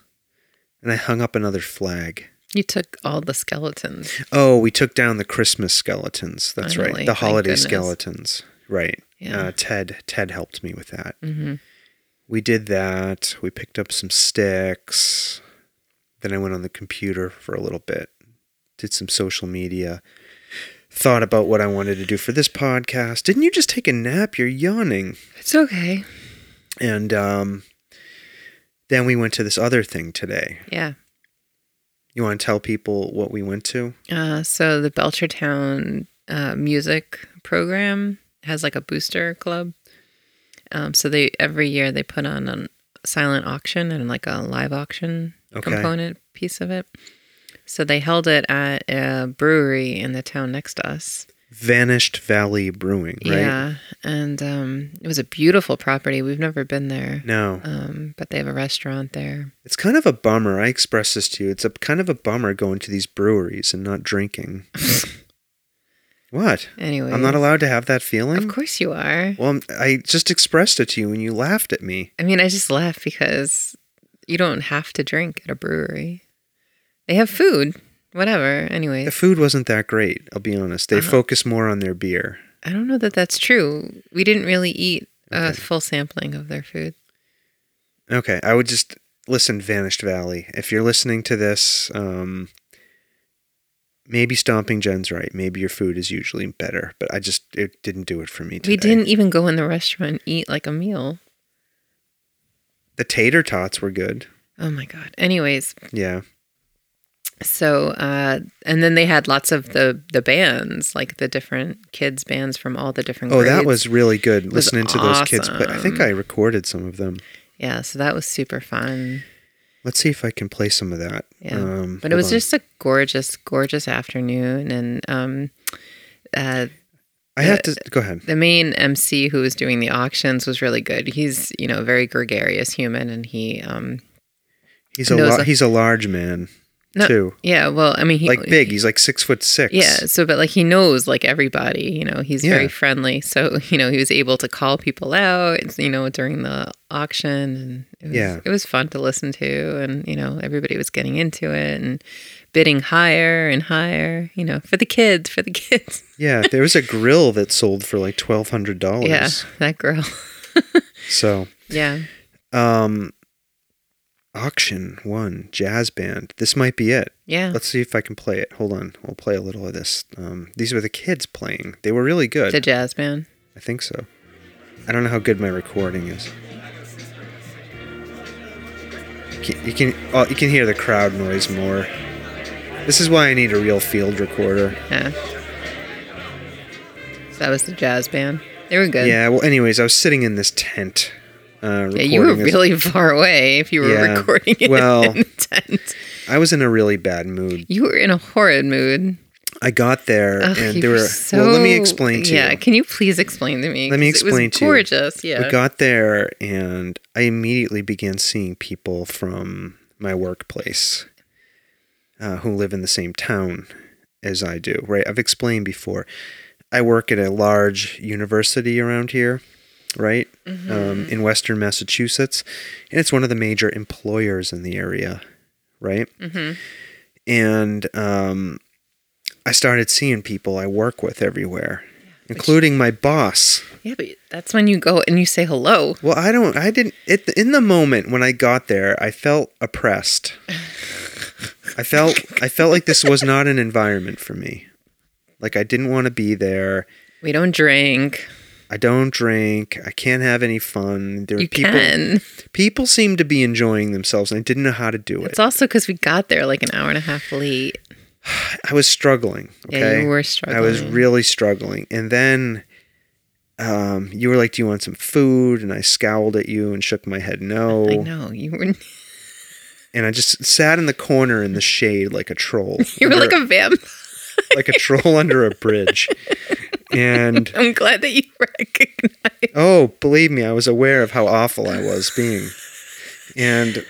[SPEAKER 1] and I hung up another flag.
[SPEAKER 2] you took all the skeletons.
[SPEAKER 1] Oh, we took down the Christmas skeletons. That's
[SPEAKER 2] Finally,
[SPEAKER 1] right. The
[SPEAKER 2] thank
[SPEAKER 1] holiday
[SPEAKER 2] goodness.
[SPEAKER 1] skeletons. Right.
[SPEAKER 2] Yeah.
[SPEAKER 1] Uh, Ted Ted helped me with that.
[SPEAKER 2] Mhm.
[SPEAKER 1] We did that. We picked up some sticks. Then I went on the computer for a little bit. Did some social media. Thought about what I wanted to do for this podcast. Didn't you just take a nap? You're yawning.
[SPEAKER 2] It's okay.
[SPEAKER 1] And um, then we went to this other thing today.
[SPEAKER 2] Yeah.
[SPEAKER 1] You want to tell people what we went to?
[SPEAKER 2] Uh, so the Belchertown uh, music program has like a booster club. Um, so they every year they put on a silent auction and like a live auction
[SPEAKER 1] Okay.
[SPEAKER 2] component piece of it. So they held it at a brewery in the town next to us.
[SPEAKER 1] Vanished Valley Brewing, right?
[SPEAKER 2] Yeah, and um, it was a beautiful property. We've never been there,
[SPEAKER 1] No.
[SPEAKER 2] um, but they have a restaurant there.
[SPEAKER 1] It's kind of a bummer. I expressed this to you. It's a kind of a bummer going to these breweries and not drinking. what?
[SPEAKER 2] Anyway,
[SPEAKER 1] I'm not allowed to have that feeling.
[SPEAKER 2] Of course you are.
[SPEAKER 1] Well, I'm- I just expressed it to you, and you laughed at me.
[SPEAKER 2] I mean, I just laugh because you don't have to drink at a brewery. They have food, whatever. Anyway,
[SPEAKER 1] The food wasn't that great. I'll be honest. They
[SPEAKER 2] Uh-huh.
[SPEAKER 1] focus more on their beer.
[SPEAKER 2] I don't know that that's true. We didn't really eat a full sampling of their food.
[SPEAKER 1] Okay, I would just listen. Vanished Valley. If you're listening to this, um, maybe Stomping Jen's right. Maybe your food is usually better, but I just it didn't do it for me. Today.
[SPEAKER 2] We didn't even go in the restaurant and eat like a meal.
[SPEAKER 1] The tater tots were good.
[SPEAKER 2] Oh my god. Anyways,
[SPEAKER 1] Yeah.
[SPEAKER 2] so uh and then they had lots of the the bands, like the different kids bands from all the different
[SPEAKER 1] Oh, that
[SPEAKER 2] grades.
[SPEAKER 1] was really good
[SPEAKER 2] was
[SPEAKER 1] listening to those kids. But I think I recorded some of them.
[SPEAKER 2] Yeah, so that was super fun.
[SPEAKER 1] Let's see if I can play some of that.
[SPEAKER 2] Yeah.
[SPEAKER 1] Um,
[SPEAKER 2] but it was
[SPEAKER 1] hold on.
[SPEAKER 2] just a gorgeous, gorgeous afternoon. And um, uh,
[SPEAKER 1] I had to go ahead.
[SPEAKER 2] the main MC who was doing the auctions was really good. He's, you know, a very gregarious human and he, um,
[SPEAKER 1] He's a
[SPEAKER 2] no, it's
[SPEAKER 1] lar-
[SPEAKER 2] a-
[SPEAKER 1] he's a large man
[SPEAKER 2] No,
[SPEAKER 1] too,
[SPEAKER 2] yeah, well, I mean, he,
[SPEAKER 1] like big. He's like six foot six.
[SPEAKER 2] Yeah. So, but like he knows like everybody, you know, he's
[SPEAKER 1] Yeah.
[SPEAKER 2] very friendly. So, [laughs] you know, he was able to call people out, you know, during the auction. And it was,
[SPEAKER 1] Yeah.
[SPEAKER 2] it was fun to listen to. And, you know, everybody was getting into it and bidding higher and higher, you know, for the kids, for the [laughs] kids.
[SPEAKER 1] yeah. There was a grill that sold for like twelve hundred dollars.
[SPEAKER 2] yeah. That girl. [laughs]
[SPEAKER 1] So
[SPEAKER 2] yeah.
[SPEAKER 1] Um, auction one jazz band. This might be it.
[SPEAKER 2] Yeah.
[SPEAKER 1] Let's see if I can play it. Hold on, we'll play a little of this. Um, these were the kids playing. They were really good.
[SPEAKER 2] The jazz band.
[SPEAKER 1] I think so. I don't know how good my recording is. You can you can, oh, you can hear the crowd noise more. This is why I need a real field recorder.
[SPEAKER 2] Yeah. So that was the jazz band. They were good.
[SPEAKER 1] Yeah. Well, anyways, I was sitting in this tent. Uh,
[SPEAKER 2] Yeah, you were
[SPEAKER 1] recording this.
[SPEAKER 2] really far away if you were
[SPEAKER 1] Yeah.
[SPEAKER 2] recording it
[SPEAKER 1] Well-
[SPEAKER 2] [laughs] in the tent.
[SPEAKER 1] I was in a really bad mood.
[SPEAKER 2] You were in a horrid mood.
[SPEAKER 1] I got there
[SPEAKER 2] Ugh,
[SPEAKER 1] and
[SPEAKER 2] you
[SPEAKER 1] there were.
[SPEAKER 2] so-
[SPEAKER 1] well, let me explain to you.
[SPEAKER 2] Yeah, can you please explain to me?
[SPEAKER 1] Let me
[SPEAKER 2] 'Cause
[SPEAKER 1] explain
[SPEAKER 2] it was
[SPEAKER 1] to you.
[SPEAKER 2] gorgeous. Yeah.
[SPEAKER 1] We got there and I immediately began seeing people from my workplace uh, who live in the same town as I do, right? I've explained before. I work at a large university around here, right?
[SPEAKER 2] Mm-hmm.
[SPEAKER 1] Um, in Western Massachusetts. And it's one of the major employers in the area, right?
[SPEAKER 2] Mm-hmm.
[SPEAKER 1] And um, I started seeing people I work with everywhere, including my boss.
[SPEAKER 2] yeah, but that's when you go and you say hello.
[SPEAKER 1] Well, I don't. I didn't. It, in the moment when I got there, I felt oppressed. I felt. I felt like this was not an environment for me. Like I didn't want to be there.
[SPEAKER 2] We don't drink.
[SPEAKER 1] I don't drink. I can't have any fun. There were
[SPEAKER 2] You
[SPEAKER 1] people. [laughs]
[SPEAKER 2] can.
[SPEAKER 1] People seemed to be enjoying themselves, and I didn't know how to do it.
[SPEAKER 2] It's also because we got there like an hour and a half late.
[SPEAKER 1] I was struggling. Okay?
[SPEAKER 2] Yeah, you were
[SPEAKER 1] I was
[SPEAKER 2] struggling.
[SPEAKER 1] really struggling, and then. Um, you were like, "Do you want some food?" And I scowled at you and shook my head no.
[SPEAKER 2] I know you were. [laughs]
[SPEAKER 1] and I just sat in the corner in the shade like a troll.
[SPEAKER 2] [laughs] You were
[SPEAKER 1] under-
[SPEAKER 2] like a vamp. [laughs]
[SPEAKER 1] like a troll under a bridge. And
[SPEAKER 2] I'm glad that you [laughs] recognized.
[SPEAKER 1] oh, believe me, I was aware of how awful I was being.
[SPEAKER 2] [laughs]
[SPEAKER 1] And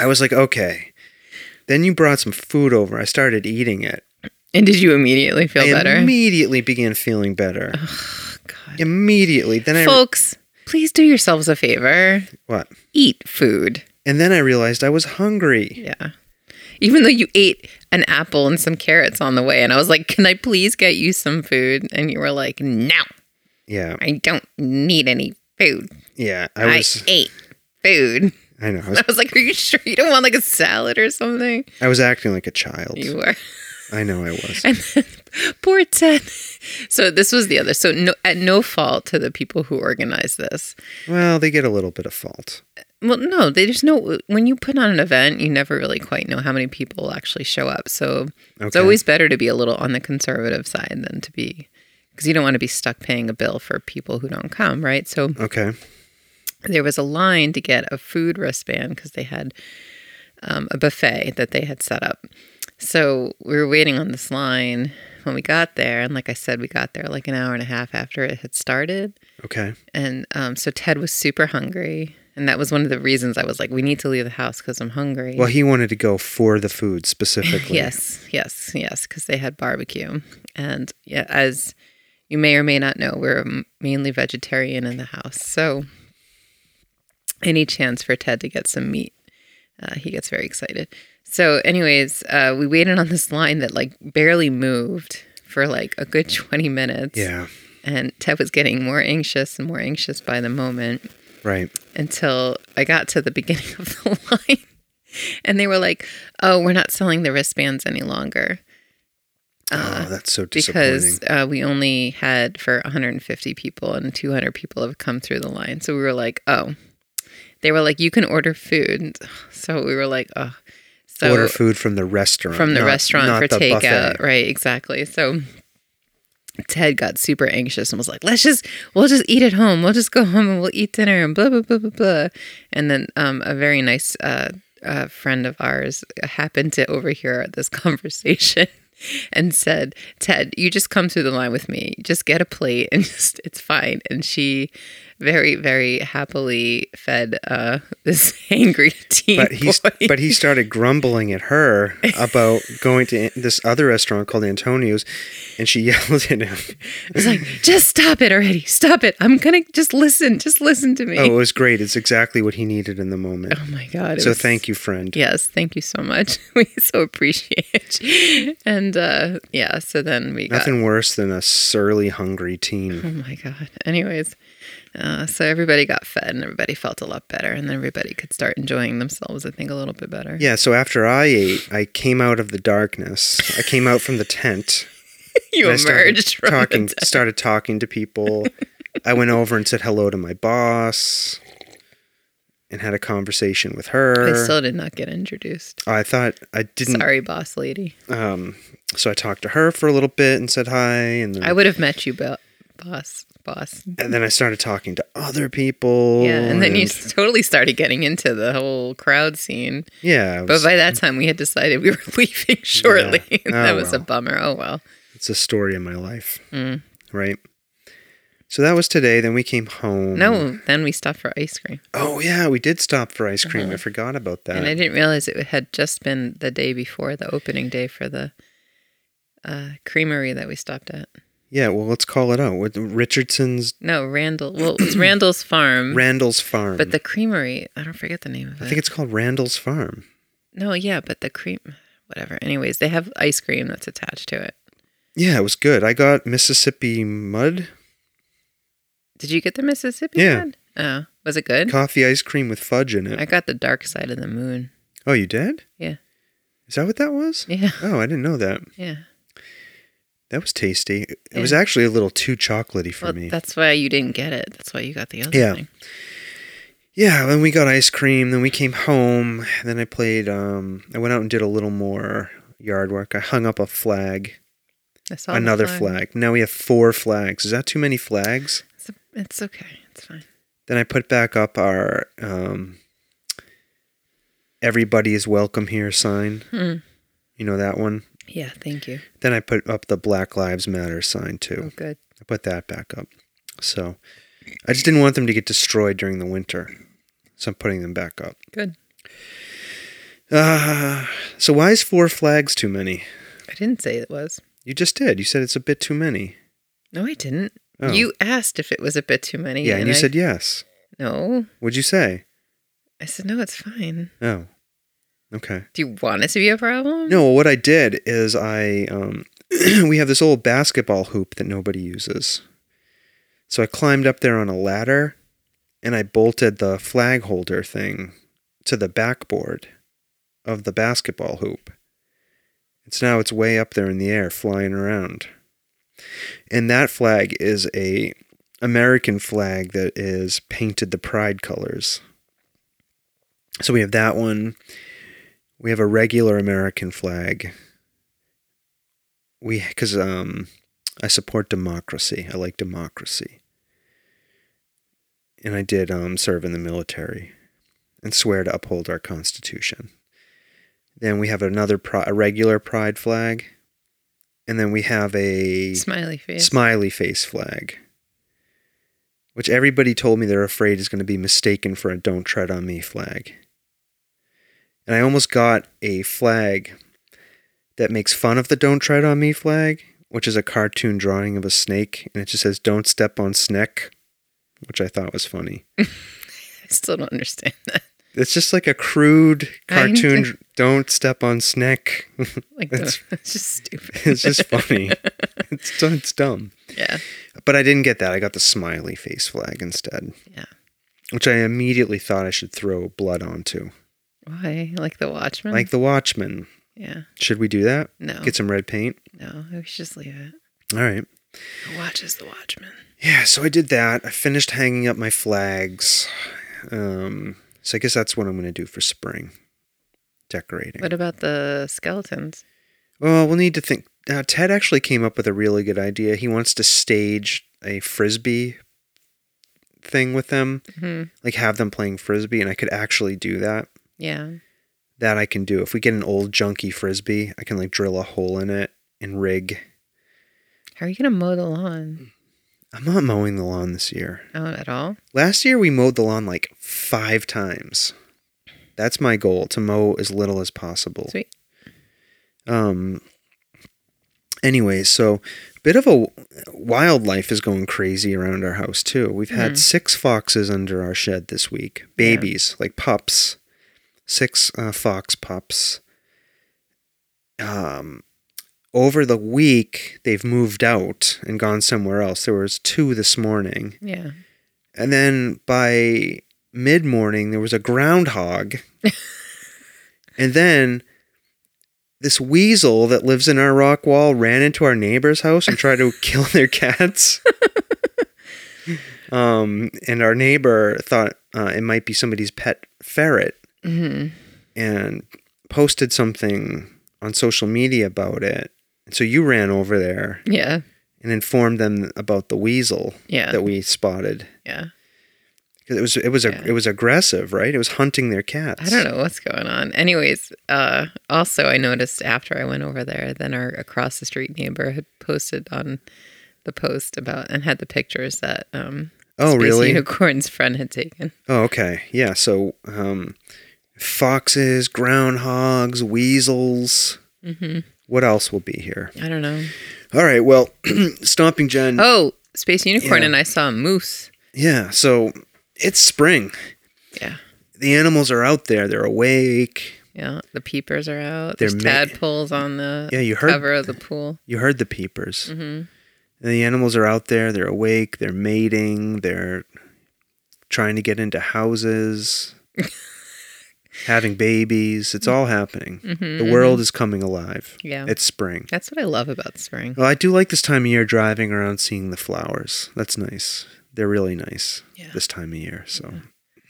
[SPEAKER 1] I was like, okay. Then you brought some food over. I started eating it.
[SPEAKER 2] And did you immediately feel
[SPEAKER 1] I
[SPEAKER 2] better,
[SPEAKER 1] immediately began feeling better.
[SPEAKER 2] God.
[SPEAKER 1] Immediately. Then I
[SPEAKER 2] folks? Please do yourselves a favor.
[SPEAKER 1] what?
[SPEAKER 2] Eat food.
[SPEAKER 1] And then I realized I was hungry.
[SPEAKER 2] Yeah. Even though you ate an apple and some carrots on the way, and I was like, Can I please get you some food? And you were like, No,
[SPEAKER 1] Yeah.
[SPEAKER 2] I don't need any food.
[SPEAKER 1] Yeah. I
[SPEAKER 2] I,
[SPEAKER 1] was
[SPEAKER 2] ate food. [laughs]
[SPEAKER 1] I know. I was,
[SPEAKER 2] I was like, Are you sure you don't want like a salad or something?
[SPEAKER 1] I was acting like a child.
[SPEAKER 2] [laughs] You were.
[SPEAKER 1] I know I was.
[SPEAKER 2] And then poor Ted. So this was the other. So no, at no fault to the people who organized this.
[SPEAKER 1] Well, they get a little bit of fault.
[SPEAKER 2] Well, no, there's no. When you put on an event, you never really quite know how many people will actually show up. So it's
[SPEAKER 1] Okay.
[SPEAKER 2] always better to be a little on the conservative side than to be, because you don't want to be stuck paying a bill for people who don't come, right? So
[SPEAKER 1] Okay.
[SPEAKER 2] there was a line to get a food wristband because they had um, a buffet that they had set up. So we were waiting on this line when we got there, and like I said, we got there like an hour and a half after it had started.
[SPEAKER 1] Okay.
[SPEAKER 2] And um, so Ted was super hungry. And that was one of the reasons I was like, we need to leave the house because I'm hungry.
[SPEAKER 1] Well, he wanted to go for the food specifically.
[SPEAKER 2] [laughs] yes, yes, yes, because they had barbecue. And yeah, as you may or may not know, we're m- mainly vegetarian in the house. So any chance for Ted to get some meat, uh, he gets very excited. So, anyways, uh, we waited on this line that like barely moved for like a good 20 minutes.
[SPEAKER 1] Yeah.
[SPEAKER 2] And Ted was getting more anxious and more anxious by the moment
[SPEAKER 1] Right.
[SPEAKER 2] until I got to the [laughs] beginning of the line. And they were like, oh, we're not selling the wristbands any longer
[SPEAKER 1] oh, that's so disappointing.
[SPEAKER 2] Uh, because uh, we only had for 150 people and 200 people have come through the line. So we were like, oh, they were like, you can order food. [sighs] So we were like, oh, so
[SPEAKER 1] Order food from the restaurant.
[SPEAKER 2] from the
[SPEAKER 1] not-
[SPEAKER 2] restaurant
[SPEAKER 1] not
[SPEAKER 2] for
[SPEAKER 1] the buffet.
[SPEAKER 2] takeout. Right, exactly. So Ted got super anxious and was like, "Let's just we'll just eat at [laughs] home. We'll just go home and we'll eat dinner and blah blah blah blah blah." And then um, a very nice uh, a friend of ours happened to overhear this [laughs] conversation and said, Ted, you just come through the line with me. Just get a plate and [laughs] just, it's fine. And she very, very happily fed uh, [laughs] this angry teen.
[SPEAKER 1] But he's
[SPEAKER 2] boy.
[SPEAKER 1] but he started grumbling at
[SPEAKER 2] [laughs]
[SPEAKER 1] her about going to this other restaurant called Antonio's, and she [laughs] yelled at him.
[SPEAKER 2] It's like, just stop it already. Stop it. I'm going to just listen. Just listen to me.
[SPEAKER 1] Oh, it
[SPEAKER 2] Oh,
[SPEAKER 1] was great. It's exactly what he needed in the
[SPEAKER 2] [laughs]
[SPEAKER 1] moment.
[SPEAKER 2] my God.
[SPEAKER 1] so thank you, friend.
[SPEAKER 2] Yes, thank you so much. [laughs] We so appreciate [laughs] it. And uh, yeah, so then we got.
[SPEAKER 1] Nothing worse than a surly, hungry teen.
[SPEAKER 2] Oh my God. Anyways, uh, so everybody got fed and everybody felt a lot better. And then everybody could start enjoying themselves, I think, a little bit better.
[SPEAKER 1] Yeah, so after I ate, I came out of the darkness. I came out from the tent.
[SPEAKER 2] [laughs] you
[SPEAKER 1] and I started
[SPEAKER 2] emerged from
[SPEAKER 1] talking,
[SPEAKER 2] the de-
[SPEAKER 1] started talking to people. I went over and said hello to my boss and had a conversation with her. Mm.
[SPEAKER 2] I still did not get introduced.
[SPEAKER 1] I thought I didn't.
[SPEAKER 2] Sorry, boss lady.
[SPEAKER 1] Um, so I talked to her for a little bit and said hi, and then,
[SPEAKER 2] I would have met you, but boss, boss.
[SPEAKER 1] and then I started talking to other people.
[SPEAKER 2] Yeah, and then you s- totally started getting into the whole crowd scene.
[SPEAKER 1] yeah, it
[SPEAKER 2] But
[SPEAKER 1] was-
[SPEAKER 2] by that time, we had decided we were [laughs] leaving shortly. [laughs]
[SPEAKER 1] Yeah.
[SPEAKER 2] and that
[SPEAKER 1] Oh,
[SPEAKER 2] was a
[SPEAKER 1] well.
[SPEAKER 2] bummer. Oh, well.
[SPEAKER 1] it's a story in my life,
[SPEAKER 2] Mm.
[SPEAKER 1] right? So that was today. Then we came home.
[SPEAKER 2] No, then we stopped for ice cream.
[SPEAKER 1] Oh yeah, we did stop for ice cream. I forgot about that.
[SPEAKER 2] Uh-huh. and I didn't realize it had just been the day before the opening day for the uh, creamery that we stopped at.
[SPEAKER 1] yeah, well, let's call it out. With Richardson's
[SPEAKER 2] No, Randall. Well,
[SPEAKER 1] [clears throat]
[SPEAKER 2] it was Randall's Farm,
[SPEAKER 1] Randall's Farm.
[SPEAKER 2] Hmm? but the creamery, I don't forget the name of it.
[SPEAKER 1] I think it's called Randall's Farm.
[SPEAKER 2] no, yeah, but the cream, whatever. Anyways, they have ice cream that's attached to it.
[SPEAKER 1] Yeah, it was good. I got Mississippi mud
[SPEAKER 2] Did you get the Mississippi
[SPEAKER 1] Yeah.
[SPEAKER 2] one? Oh, was it good?
[SPEAKER 1] coffee ice cream with fudge in
[SPEAKER 2] I
[SPEAKER 1] it.
[SPEAKER 2] got the dark side of the moon. [laughs]
[SPEAKER 1] Oh, you did?
[SPEAKER 2] Yeah.
[SPEAKER 1] Is that what that was?
[SPEAKER 2] Yeah.
[SPEAKER 1] Oh, I didn't know that.
[SPEAKER 2] Yeah.
[SPEAKER 1] That was tasty. It
[SPEAKER 2] Yeah.
[SPEAKER 1] was actually a little too chocolatey for
[SPEAKER 2] Well,
[SPEAKER 1] me.
[SPEAKER 2] that's why you didn't get it. That's why you got the other
[SPEAKER 1] Yeah.
[SPEAKER 2] thing.
[SPEAKER 1] Yeah, then we got ice cream, then we came home, then I played um I went out and did a little more yard work. I hung up a flag,
[SPEAKER 2] I saw the
[SPEAKER 1] another flag. Now we have four flags. Is that too many flags?
[SPEAKER 2] It's, it's okay. It's fine.
[SPEAKER 1] Then I put back up our um everybody is welcome here sign.
[SPEAKER 2] Hmm.
[SPEAKER 1] You know that one?
[SPEAKER 2] Yeah. Thank you.
[SPEAKER 1] Then I put up the Black Lives Matter sign too.
[SPEAKER 2] Oh, good.
[SPEAKER 1] I put that back up. So I just didn't want them to get destroyed during the winter. So I'm putting them back up.
[SPEAKER 2] Good.
[SPEAKER 1] Uh, so why is four flags too many?
[SPEAKER 2] I didn't say it was.
[SPEAKER 1] You just did. You said it's a bit too many.
[SPEAKER 2] No, I didn't.
[SPEAKER 1] Oh.
[SPEAKER 2] You asked if it was a bit too many.
[SPEAKER 1] yeah, and you
[SPEAKER 2] I-
[SPEAKER 1] said yes.
[SPEAKER 2] no.
[SPEAKER 1] What'd you say?
[SPEAKER 2] I said no. It's fine.
[SPEAKER 1] Oh, okay.
[SPEAKER 2] Do you want it to be a problem?
[SPEAKER 1] No, well, what I did is I um, [clears throat] we have this old basketball hoop that nobody uses. So I climbed up there on a ladder, and I bolted the flag holder thing to the backboard of the basketball hoop. It's now it's way up there in the air, flying around. And that flag is a American flag that is painted the pride colors. So we have that one. We have a regular American flag. We because um, I support democracy. I like democracy, and I did um, serve in the military, and swear to uphold our constitution. Then we have another pri- a regular pride flag, and then we have a
[SPEAKER 2] Smiley face.
[SPEAKER 1] smiley face flag, which everybody told me they're afraid is going to be mistaken for a don't tread on me flag. And I almost got a flag that makes fun of the don't tread on me flag, which is a cartoon drawing of a snake, and it just says don't step on sneck, which I thought was funny.
[SPEAKER 2] I still don't understand that. [laughs]
[SPEAKER 1] It's just like a crude
[SPEAKER 2] I kn-
[SPEAKER 1] cartoon dr- don't step on sneck.
[SPEAKER 2] Like, [laughs]
[SPEAKER 1] That's-
[SPEAKER 2] don't- it's just stupid.
[SPEAKER 1] [laughs] it's just funny. it's, d- it's dumb.
[SPEAKER 2] yeah.
[SPEAKER 1] But I didn't get that. I got the smiley face flag instead.
[SPEAKER 2] Yeah.
[SPEAKER 1] Which I immediately thought I should throw blood onto.
[SPEAKER 2] Hmm. Why? Like the Watchman?
[SPEAKER 1] Like the Watchmen.
[SPEAKER 2] yeah.
[SPEAKER 1] Should we do that?
[SPEAKER 2] No.
[SPEAKER 1] Get some red paint?
[SPEAKER 2] no. We should just leave it.
[SPEAKER 1] All right.
[SPEAKER 2] The watch is the Watchman.
[SPEAKER 1] Yeah, so I did that. I finished hanging up my flags. Um, so I guess that's what I'm going to do for spring decorating.
[SPEAKER 2] What about the skeletons?
[SPEAKER 1] well, we'll need to think. Uh, Ted actually came up with a really good idea. He wants to stage a frisbee thing with them,
[SPEAKER 2] Mhm.
[SPEAKER 1] like have them playing frisbee, and I could actually do that.
[SPEAKER 2] Yeah.
[SPEAKER 1] that I can do. If we get an old junky frisbee, I can like drill a hole in it and rig.
[SPEAKER 2] How are you going to mow the lawn?
[SPEAKER 1] I'm not mowing the lawn this year.
[SPEAKER 2] Oh, at all?
[SPEAKER 1] Last year we mowed the lawn like five times. That's my goal to mow as little as possible.
[SPEAKER 2] Sweet.
[SPEAKER 1] Um. Anyway, so bit of a wildlife is going crazy around our house too. We've had six foxes under our shed this week, babies like pups, six uh, fox pups. Um, over the week they've moved out and gone somewhere else. There was two this morning,
[SPEAKER 2] Yeah.
[SPEAKER 1] and then by mid morning, there was a groundhog. and then this weasel that lives in our rock wall ran into our neighbor's house and tried to kill their cats. um, and our neighbor thought uh, it might be somebody's pet ferret
[SPEAKER 2] Mm-hmm.
[SPEAKER 1] and posted something on social media about it. And so you ran over there
[SPEAKER 2] Yeah.
[SPEAKER 1] and informed them about the weasel
[SPEAKER 2] Yeah.
[SPEAKER 1] that we spotted.
[SPEAKER 2] yeah.
[SPEAKER 1] 'Cause it was it was a,
[SPEAKER 2] Yeah.
[SPEAKER 1] it was aggressive, right? It was hunting their cats.
[SPEAKER 2] I don't know what's going on. Anyways, uh, also I noticed after I went over there, then our across the street neighbor had posted on the post about and had the pictures that um,
[SPEAKER 1] Oh,
[SPEAKER 2] Space
[SPEAKER 1] really?
[SPEAKER 2] Unicorn's friend had taken.
[SPEAKER 1] Oh, okay. Yeah. So, um, foxes, groundhogs, weasels.
[SPEAKER 2] hmm
[SPEAKER 1] What else will be here?
[SPEAKER 2] I don't know.
[SPEAKER 1] All right. Well, [clears throat] Stomping Jen.
[SPEAKER 2] Oh, Space
[SPEAKER 1] Mm.
[SPEAKER 2] Unicorn,
[SPEAKER 1] Yeah.
[SPEAKER 2] and I saw a moose.
[SPEAKER 1] Yeah. So it's spring.
[SPEAKER 2] Yeah.
[SPEAKER 1] The animals are out there. They're awake.
[SPEAKER 2] Yeah, the peepers are out.
[SPEAKER 1] They're
[SPEAKER 2] There's
[SPEAKER 1] ma-
[SPEAKER 2] tadpoles on the
[SPEAKER 1] Yeah. You heard.
[SPEAKER 2] cover of the pool.
[SPEAKER 1] You heard the peepers.
[SPEAKER 2] Mhm.
[SPEAKER 1] The animals are out there. They're awake. They're mating. They're trying to get into houses. having babies. It's all happening. The world is coming alive.
[SPEAKER 2] Yeah,
[SPEAKER 1] It's spring.
[SPEAKER 2] that's what I love about spring.
[SPEAKER 1] Well, I do like this time of year driving around seeing the flowers. That's nice. They're really nice
[SPEAKER 2] Yeah.
[SPEAKER 1] this time of year. So,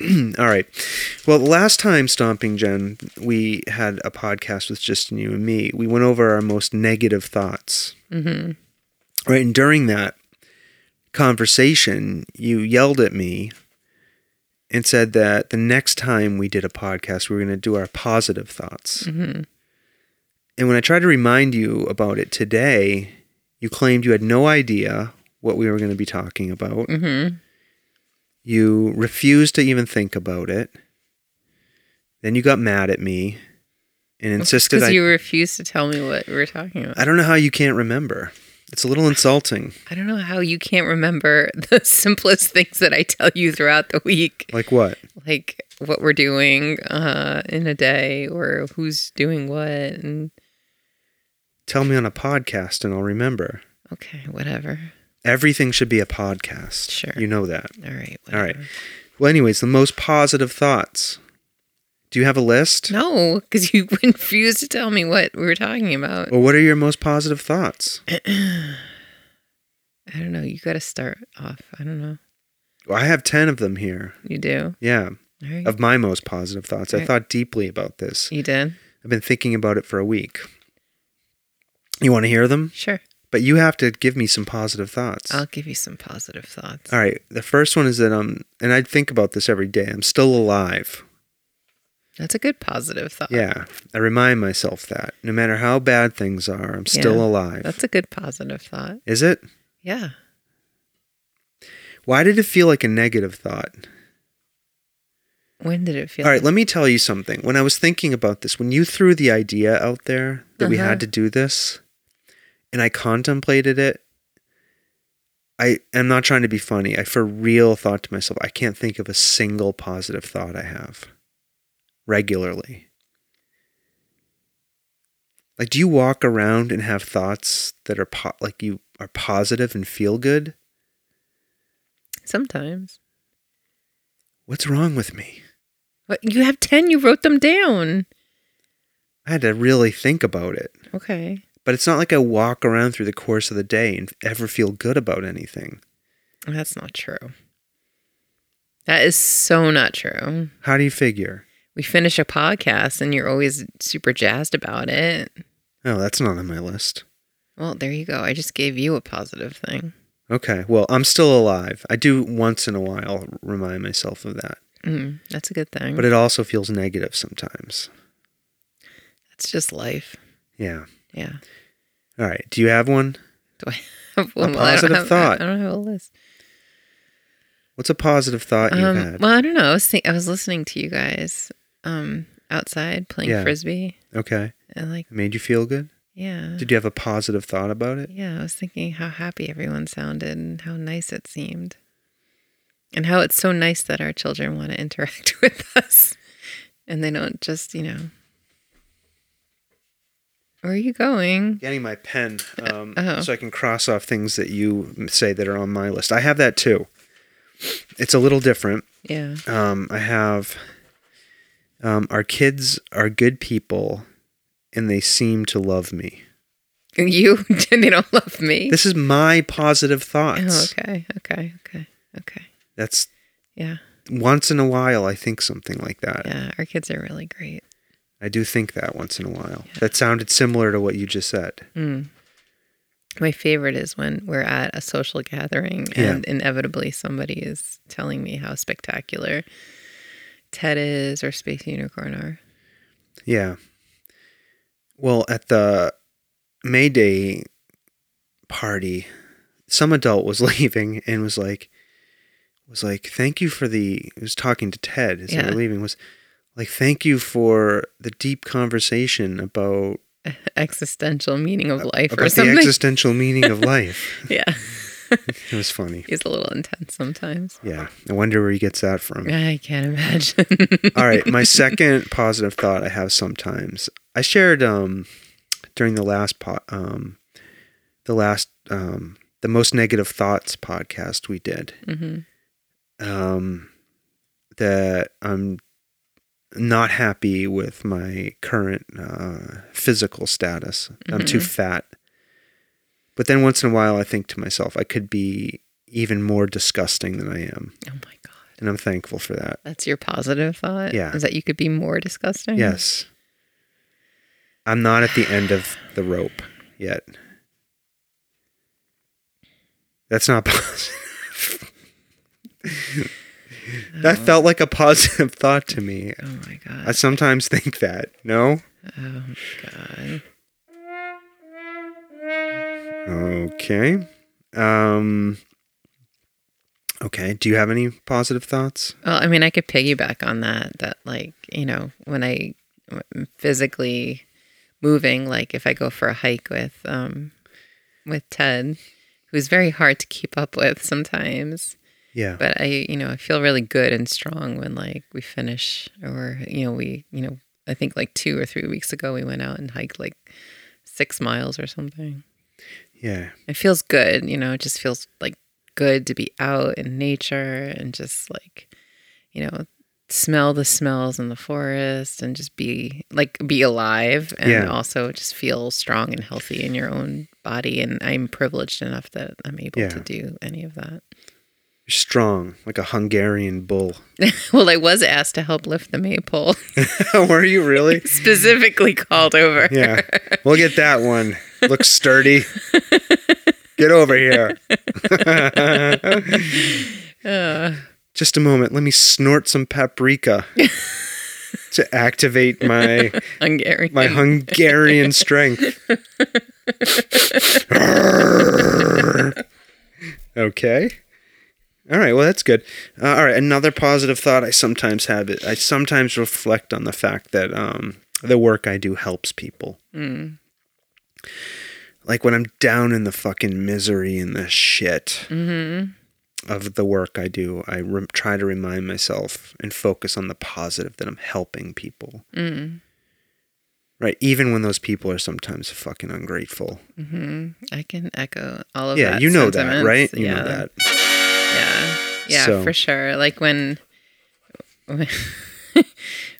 [SPEAKER 1] [clears throat] all right. Well, the last time Stomping Jen, we had a podcast with just you and me. We went over our most negative thoughts.
[SPEAKER 2] hmm
[SPEAKER 1] Right. And during that conversation, you yelled at me and said that the next time we did a podcast, we were going to do our positive thoughts.
[SPEAKER 2] hmm
[SPEAKER 1] And when I tried to remind you about it today, you claimed you had no idea what we were going to be talking about.
[SPEAKER 2] hmm
[SPEAKER 1] You refused to even think about it. Then you got mad at me and insisted I,
[SPEAKER 2] Because you refused to tell me what we were talking about.
[SPEAKER 1] I don't know how you can't remember. It's a little insulting.
[SPEAKER 2] I don't know how you can't remember [laughs] the simplest things that I tell you throughout the week,
[SPEAKER 1] Like what?
[SPEAKER 2] like what we're doing uh, in a day or who's doing what. And
[SPEAKER 1] Tell me on a podcast and I'll remember.
[SPEAKER 2] okay, whatever.
[SPEAKER 1] Everything should be a podcast.
[SPEAKER 2] Sure.
[SPEAKER 1] You know that.
[SPEAKER 2] All right. Whatever.
[SPEAKER 1] All right. Well, anyways, the most positive thoughts. Do you have a list?
[SPEAKER 2] No, because you [laughs] refused to tell me what we were talking about.
[SPEAKER 1] Well, what are your most positive thoughts?
[SPEAKER 2] I don't know. You got to start off. I don't know.
[SPEAKER 1] Well, I have 10 of them here.
[SPEAKER 2] You do.
[SPEAKER 1] Yeah,
[SPEAKER 2] All right.
[SPEAKER 1] of my most positive thoughts. I
[SPEAKER 2] Right.
[SPEAKER 1] thought deeply about this.
[SPEAKER 2] You did?
[SPEAKER 1] I've been thinking about it for a week. You want to hear them?
[SPEAKER 2] Sure.
[SPEAKER 1] But you have to give me some positive thoughts.
[SPEAKER 2] I'll give you some positive thoughts.
[SPEAKER 1] All right. The first one is that I'm, and I think about this every day, I'm still alive.
[SPEAKER 2] That's a good positive thought.
[SPEAKER 1] Yeah. I remind myself that no matter how bad things are, I'm still
[SPEAKER 2] Yeah,
[SPEAKER 1] alive.
[SPEAKER 2] That's a good positive thought.
[SPEAKER 1] Is it?
[SPEAKER 2] Yeah.
[SPEAKER 1] Why did it feel like a negative thought?
[SPEAKER 2] When did it feel?
[SPEAKER 1] All right,
[SPEAKER 2] like-
[SPEAKER 1] let me tell you something. When I was thinking about this, when you threw the idea out there that we
[SPEAKER 2] Uh-huh.
[SPEAKER 1] had to do this, and I contemplated it, I am not trying to be funny. I for real thought to myself, I can't think of a single positive thought I have regularly. Like, do you walk around and have thoughts that are po- like you are positive and feel good?
[SPEAKER 2] Sometimes.
[SPEAKER 1] What's wrong with me?
[SPEAKER 2] But you have 10. You wrote them down.
[SPEAKER 1] I had to really think about it.
[SPEAKER 2] Okay.
[SPEAKER 1] But it's not like I walk around through the course of the day and ever feel good about anything.
[SPEAKER 2] That's not true. That is so not true.
[SPEAKER 1] How do you figure?
[SPEAKER 2] We finish a podcast and you're always super jazzed about it.
[SPEAKER 1] Oh, that's not on my list.
[SPEAKER 2] Well, there you go. I just gave you a positive thing.
[SPEAKER 1] Okay, well, I'm still alive. I do once in a while remind myself of that.
[SPEAKER 2] Mm, that's a good thing.
[SPEAKER 1] But it also feels negative sometimes.
[SPEAKER 2] It's just life.
[SPEAKER 1] Yeah.
[SPEAKER 2] Yeah.
[SPEAKER 1] All right. Do you have one?
[SPEAKER 2] Do I [laughs] have one? I don't
[SPEAKER 1] positive
[SPEAKER 2] have-
[SPEAKER 1] thought.
[SPEAKER 2] I don't have a list.
[SPEAKER 1] What's a positive thought you've
[SPEAKER 2] Um,
[SPEAKER 1] had?
[SPEAKER 2] well, I don't know. I was, think- I was listening to you guys um, outside playing
[SPEAKER 1] Yeah.
[SPEAKER 2] frisbee,
[SPEAKER 1] okay.
[SPEAKER 2] and like,
[SPEAKER 1] It made you feel good?
[SPEAKER 2] yeah,
[SPEAKER 1] Did you have a positive thought about it?
[SPEAKER 2] yeah. I was thinking how happy everyone sounded and how nice it seemed, and how it's so nice that our children want to interact [laughs] with us, and they don't just, you know, where are you going?
[SPEAKER 1] Getting my pen um,
[SPEAKER 2] Uh-oh.
[SPEAKER 1] so I can cross off things that you say that are on my list. I have that too. It's a little different.
[SPEAKER 2] Yeah,
[SPEAKER 1] Um, I have um, our kids are good people and they seem to love me.
[SPEAKER 2] [laughs] you. [laughs] they don't love me.
[SPEAKER 1] This is my positive
[SPEAKER 2] oh,
[SPEAKER 1] thoughts.
[SPEAKER 2] okay, okay, okay, okay.
[SPEAKER 1] That's
[SPEAKER 2] Yeah,
[SPEAKER 1] once in a while I think something like that.
[SPEAKER 2] yeah. Our kids are really great.
[SPEAKER 1] I do think that once in a while. That sounded similar to what you just said.
[SPEAKER 2] Hmm. My favorite is when we're at a social gathering and inevitably somebody is telling me how spectacular Ted is or Space Unicorn are. [laughs]
[SPEAKER 1] Yeah. Well, at the May Day party, some adult was [laughs] leaving and was like, was like, thank you for the. He was talking to Ted as they
[SPEAKER 2] Yeah.
[SPEAKER 1] were leaving. Was like, thank you for the deep conversation about
[SPEAKER 2] Existential meaning of life or
[SPEAKER 1] about the
[SPEAKER 2] something.
[SPEAKER 1] existential meaning of life.
[SPEAKER 2] [laughs] yeah.
[SPEAKER 1] It was funny.
[SPEAKER 2] He's a little intense sometimes.
[SPEAKER 1] Yeah, I wonder where he gets that from.
[SPEAKER 2] I can't imagine.
[SPEAKER 1] Hmm. [laughs] All right, my second positive thought I have sometimes. I shared um during the last po- um the last um the most negative thoughts podcast we did.
[SPEAKER 2] Mhm.
[SPEAKER 1] Um that I'm not happy with my current uh, physical status. I'm too fat. But then once in a while I think to myself I could be even more disgusting than I am,
[SPEAKER 2] Oh my God.
[SPEAKER 1] and I'm thankful for that.
[SPEAKER 2] That's your positive thought?
[SPEAKER 1] Yeah.
[SPEAKER 2] Is that you could be more disgusting?
[SPEAKER 1] Yes. I'm not at the end of the rope yet. That's not [laughs] positive. that felt like a positive thought to me.
[SPEAKER 2] Oh my God.
[SPEAKER 1] I sometimes think that. No?
[SPEAKER 2] Oh my God.
[SPEAKER 1] Okay. Um Okay, do you have any positive thoughts?
[SPEAKER 2] Well, I mean, I could piggyback on that. That, like, you know, when I am physically moving, like if I go for a hike with um, with Ted, who's very hard to keep up with sometimes,
[SPEAKER 1] Yeah.
[SPEAKER 2] but I, you know, I feel really good and strong when like we finish, or you know, we, you know, I think like two or three weeks ago we went out and hiked like six miles or something
[SPEAKER 1] Yeah.
[SPEAKER 2] it feels good you know it just feels like good to be out in nature and just like you know smell the smells in the forest and just be like be alive and
[SPEAKER 1] Yeah.
[SPEAKER 2] also just feel strong and healthy in your own body and i'm privileged enough that i'm able
[SPEAKER 1] Yeah.
[SPEAKER 2] to do any of that [laughs]
[SPEAKER 1] You're strong, like a Hungarian bull. [laughs]
[SPEAKER 2] well i was asked to help lift the maypole [laughs]
[SPEAKER 1] Were you really?
[SPEAKER 2] specifically called over
[SPEAKER 1] Yeah. We'll get that one. Looks sturdy. Get over here. Just a moment. Let me snort some paprika to activate my
[SPEAKER 2] hungarian
[SPEAKER 1] my Hungarian strength. [laughs] okay. All right. Well, that's good. Uh, all right. Another positive thought I sometimes have it. I sometimes reflect on the fact that um, the work I do helps people. Like when I'm down in the fucking misery and the shit of the work I do, I rem try to remind myself and focus on the positive that I'm helping people. Right. Even when those people are sometimes fucking ungrateful.
[SPEAKER 2] Mm-hmm. i can echo all of
[SPEAKER 1] yeah.
[SPEAKER 2] that
[SPEAKER 1] You know that,
[SPEAKER 2] sentiments.
[SPEAKER 1] right? You
[SPEAKER 2] Yeah.
[SPEAKER 1] know that.
[SPEAKER 2] Yeah. Yeah,
[SPEAKER 1] So-
[SPEAKER 2] for sure. Like when [laughs]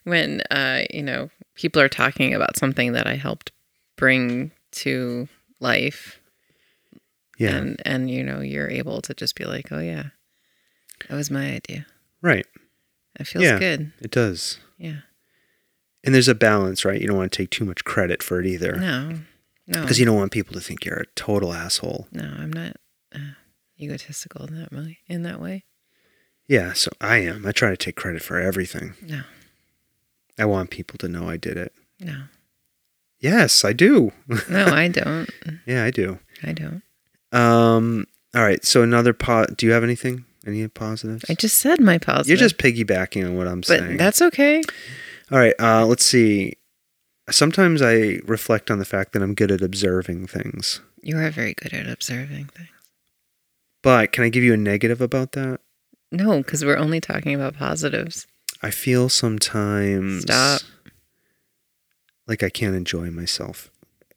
[SPEAKER 2] when uh, you know, people are talking about something that I helped bring to life
[SPEAKER 1] Yeah.
[SPEAKER 2] and and you know, you're able to just be like, "Oh yeah. That was my idea."
[SPEAKER 1] right.
[SPEAKER 2] It feels
[SPEAKER 1] Yeah.
[SPEAKER 2] good.
[SPEAKER 1] It does.
[SPEAKER 2] Yeah.
[SPEAKER 1] And there's a balance, right? You don't want to take too much credit for it either.
[SPEAKER 2] No. No.
[SPEAKER 1] Because you don't want people to think you're a total asshole.
[SPEAKER 2] No, I'm not uh, egotistical in that way. In that way.
[SPEAKER 1] Yeah. So I am. I try to take credit for everything.
[SPEAKER 2] No.
[SPEAKER 1] [laughs] I want people to know I did it.
[SPEAKER 2] No.
[SPEAKER 1] Yes, I do.
[SPEAKER 2] No, I don't.
[SPEAKER 1] yeah, I do.
[SPEAKER 2] I don't.
[SPEAKER 1] Um, all right. So another pot. Do you have anything? Any positives?
[SPEAKER 2] I just said my positive.
[SPEAKER 1] You're just piggybacking on what I'm
[SPEAKER 2] but
[SPEAKER 1] saying.
[SPEAKER 2] that's okay.
[SPEAKER 1] all right. Uh, let's see. Sometimes I reflect on the fact that I'm good at observing things.
[SPEAKER 2] You are very good at observing things.
[SPEAKER 1] But can I give you a negative about that?
[SPEAKER 2] No, because we're only talking about positives.
[SPEAKER 1] I feel sometimes
[SPEAKER 2] Stop.
[SPEAKER 1] like I can't enjoy myself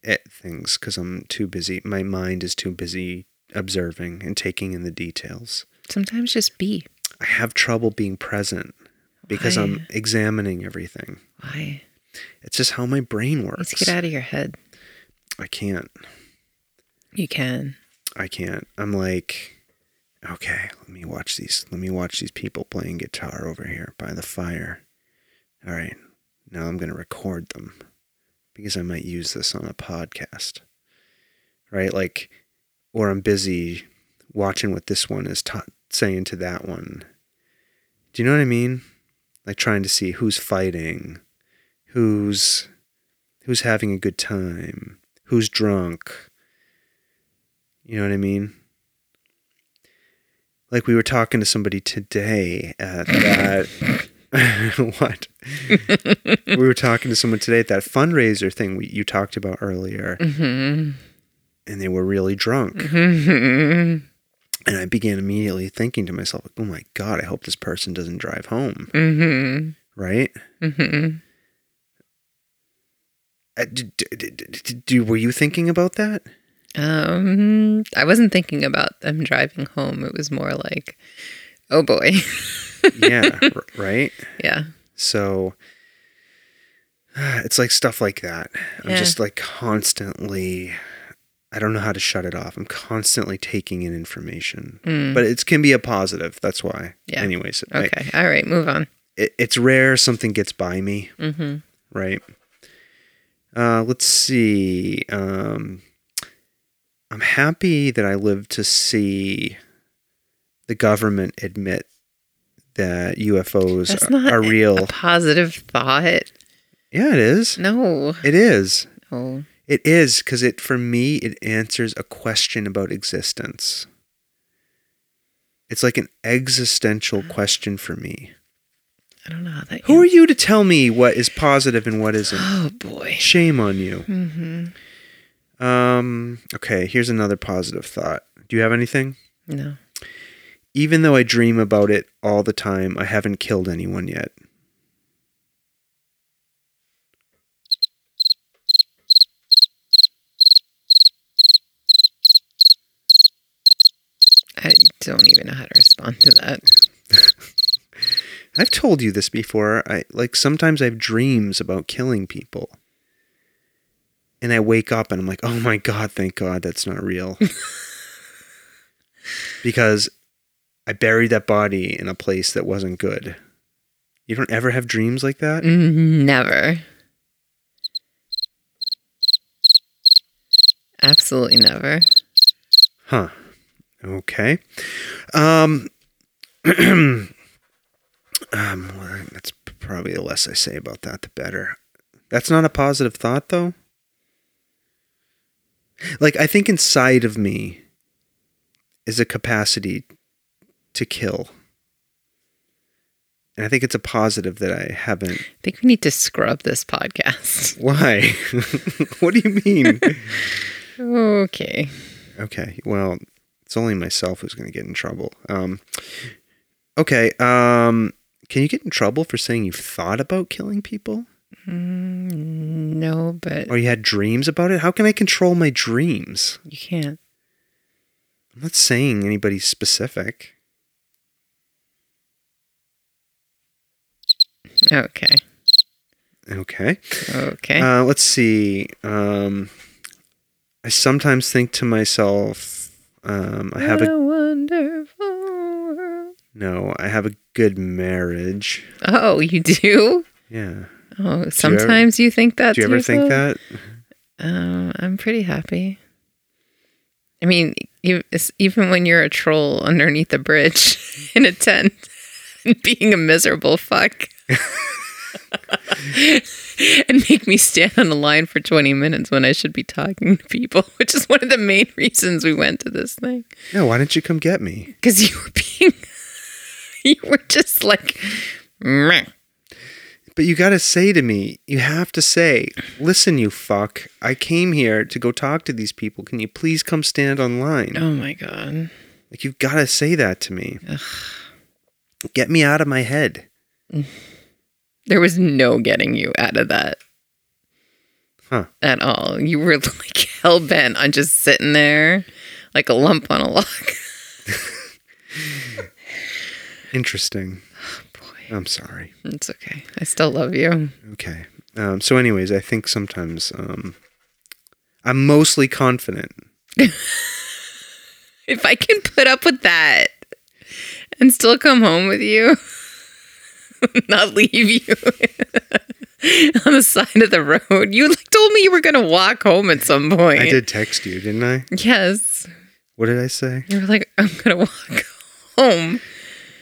[SPEAKER 1] at things because I'm too busy. My mind is too busy observing and taking in the details.
[SPEAKER 2] Sometimes just be.
[SPEAKER 1] I have trouble being present because
[SPEAKER 2] Why?
[SPEAKER 1] I'm examining everything.
[SPEAKER 2] Why?
[SPEAKER 1] It's just how my brain works.
[SPEAKER 2] Let's get out of your head.
[SPEAKER 1] I can't.
[SPEAKER 2] You can.
[SPEAKER 1] I can't. I'm like, okay, let me watch these. Let me watch these people playing guitar over here by the fire. All right, now I'm going to record them because I might use this on a podcast. Right? Like, or I'm busy watching what this one is ta saying to that one. Do you know what I mean? Like trying to see who's fighting, who's who's having a good time, who's drunk. You know what I mean? Like we were talking to somebody today at that [laughs] what? we were talking to someone today at that fundraiser thing we, you talked about earlier, and they were really drunk.
[SPEAKER 2] Mm-hmm.
[SPEAKER 1] And I began immediately thinking to myself, "Oh my god, I hope this person doesn't drive home."
[SPEAKER 2] Mm-hmm.
[SPEAKER 1] Right?
[SPEAKER 2] Mm-hmm.
[SPEAKER 1] Uh, d- d- d- d- d- d- were you thinking about that?
[SPEAKER 2] Um, I wasn't thinking about them driving home. It was more like, oh boy. [laughs]
[SPEAKER 1] Yeah, r- right.
[SPEAKER 2] yeah.
[SPEAKER 1] So [sighs] it's like stuff like that. I'm
[SPEAKER 2] Yeah.
[SPEAKER 1] just like constantly I don't know how to shut it off. I'm constantly taking in information.
[SPEAKER 2] Mm.
[SPEAKER 1] But it can be a positive. That's why.
[SPEAKER 2] Yeah.
[SPEAKER 1] Anyways, I-
[SPEAKER 2] Okay. All right. Move on.
[SPEAKER 1] it, it's rare something gets by me,
[SPEAKER 2] Mm-hmm.
[SPEAKER 1] right? Uh, let's see. Um, I'm happy that I lived to see the government admit that UFOs
[SPEAKER 2] That's
[SPEAKER 1] are,
[SPEAKER 2] not
[SPEAKER 1] are
[SPEAKER 2] a-
[SPEAKER 1] real.
[SPEAKER 2] A positive thought.
[SPEAKER 1] yeah, it is.
[SPEAKER 2] No. Oh,
[SPEAKER 1] It is.
[SPEAKER 2] No.
[SPEAKER 1] It is because it for me it answers a question about existence. It's like an existential question for me.
[SPEAKER 2] I don't know how that.
[SPEAKER 1] Who are you to tell me what is positive and what isn't?
[SPEAKER 2] Oh boy.
[SPEAKER 1] Shame on you.
[SPEAKER 2] Mm-hmm.
[SPEAKER 1] Um. Okay. Here's another positive thought. Do you have anything?
[SPEAKER 2] No.
[SPEAKER 1] Even though I dream about it all the time, I haven't killed anyone yet.
[SPEAKER 2] I don't even know how to respond to that.
[SPEAKER 1] I've told you this before. I like sometimes I have dreams about killing people. And I wake up and I'm like, "Oh my god, thank god that's not real." because I buried that body in a place that wasn't good. You don't ever have dreams like that?
[SPEAKER 2] Mm-hmm, Never. Absolutely never.
[SPEAKER 1] Huh. Okay. Um [clears throat] um well, that's probably the less I say about that the better. That's not a positive thought though. Like I think inside of me is a capacity to kill. And I think it's a positive that I haven't.
[SPEAKER 2] I think we need to scrub this podcast.
[SPEAKER 1] Why? [laughs] what do you mean?
[SPEAKER 2] Okay.
[SPEAKER 1] Okay. Well, it's only myself who's going to get in trouble. Um, okay. Um, can you get in trouble for saying you've thought about killing people
[SPEAKER 2] Mm, no, but
[SPEAKER 1] or you had dreams about it? How can I control my dreams?
[SPEAKER 2] you can't.
[SPEAKER 1] I'm not saying anybody specific.
[SPEAKER 2] Okay.
[SPEAKER 1] Okay.
[SPEAKER 2] Okay.
[SPEAKER 1] Uh, let's see. Um, I sometimes think to myself, um, I have
[SPEAKER 2] what
[SPEAKER 1] a
[SPEAKER 2] wonderful world.
[SPEAKER 1] no, I have a good marriage.
[SPEAKER 2] Oh, you do?
[SPEAKER 1] Yeah.
[SPEAKER 2] Oh, sometimes you, think that.
[SPEAKER 1] Do you
[SPEAKER 2] to
[SPEAKER 1] ever think
[SPEAKER 2] yourself?
[SPEAKER 1] that?
[SPEAKER 2] Um, I'm pretty happy. I mean, e- it's- even when you're a troll underneath a [laughs] bridge in a tent and being a miserable fuck, and make me stand on the line for 20 minutes when I should be talking to people, [laughs] which is one of the main reasons we went to this thing.
[SPEAKER 1] Yeah, why didn't you come get me?
[SPEAKER 2] Because you were being, [laughs] you were just like, meh.
[SPEAKER 1] But you got to say to me, you have to say, listen, you fuck, I came here to go talk to these people. Can you please come stand online?
[SPEAKER 2] oh my God.
[SPEAKER 1] Like, you've got to say that to me. Get me out of my head.
[SPEAKER 2] There was no getting you out of that.
[SPEAKER 1] Huh.
[SPEAKER 2] At all. You were [laughs] like hell bent on just sitting there like a lump on a log. [laughs]
[SPEAKER 1] Interesting.
[SPEAKER 2] [sighs] Boy,
[SPEAKER 1] I'm sorry.
[SPEAKER 2] it's okay. I still love you.
[SPEAKER 1] Okay. Um, so, anyways, I think sometimes um, I'm mostly confident.
[SPEAKER 2] If I can put up with that and still come home with you, [laughs] not leave you [laughs] on the side of the road. You like told me you were going to walk home at some point.
[SPEAKER 1] I did text you, didn't I?
[SPEAKER 2] Yes.
[SPEAKER 1] What did I say?
[SPEAKER 2] You were like, I'm going to walk home.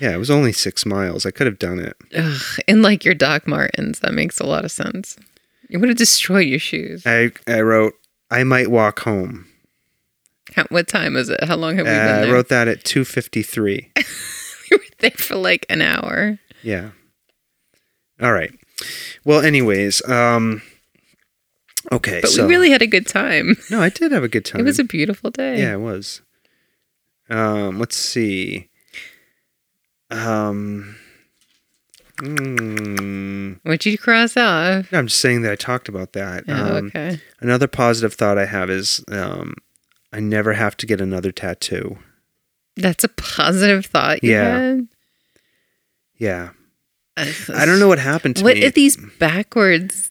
[SPEAKER 1] Yeah, it was only six miles. I could have done it.
[SPEAKER 2] Ugh, and like your Doc Martens, that makes a lot of sense. It would have destroyed your shoes.
[SPEAKER 1] I, I wrote, I might walk home.
[SPEAKER 2] How, what time is it? How long have
[SPEAKER 1] Uh,
[SPEAKER 2] we been
[SPEAKER 1] I
[SPEAKER 2] there?
[SPEAKER 1] wrote that at 2.53.
[SPEAKER 2] [laughs] we were there for like an hour.
[SPEAKER 1] Yeah. All right. Well, anyways, um, okay.
[SPEAKER 2] But
[SPEAKER 1] so,
[SPEAKER 2] we really had a good time. [laughs]
[SPEAKER 1] no, I did have a good time.
[SPEAKER 2] It was a beautiful day.
[SPEAKER 1] yeah, it was. Um, let's see. Um, mm,
[SPEAKER 2] What'd you cross off?
[SPEAKER 1] no, I'm just saying that I talked about that.
[SPEAKER 2] Oh,
[SPEAKER 1] um,
[SPEAKER 2] okay.
[SPEAKER 1] Another positive thought I have is um, I never have to get another tattoo.
[SPEAKER 2] That's a positive thought you
[SPEAKER 1] yeah.
[SPEAKER 2] had.
[SPEAKER 1] Yeah, I don't know what happened to
[SPEAKER 2] What
[SPEAKER 1] me.
[SPEAKER 2] are these backwards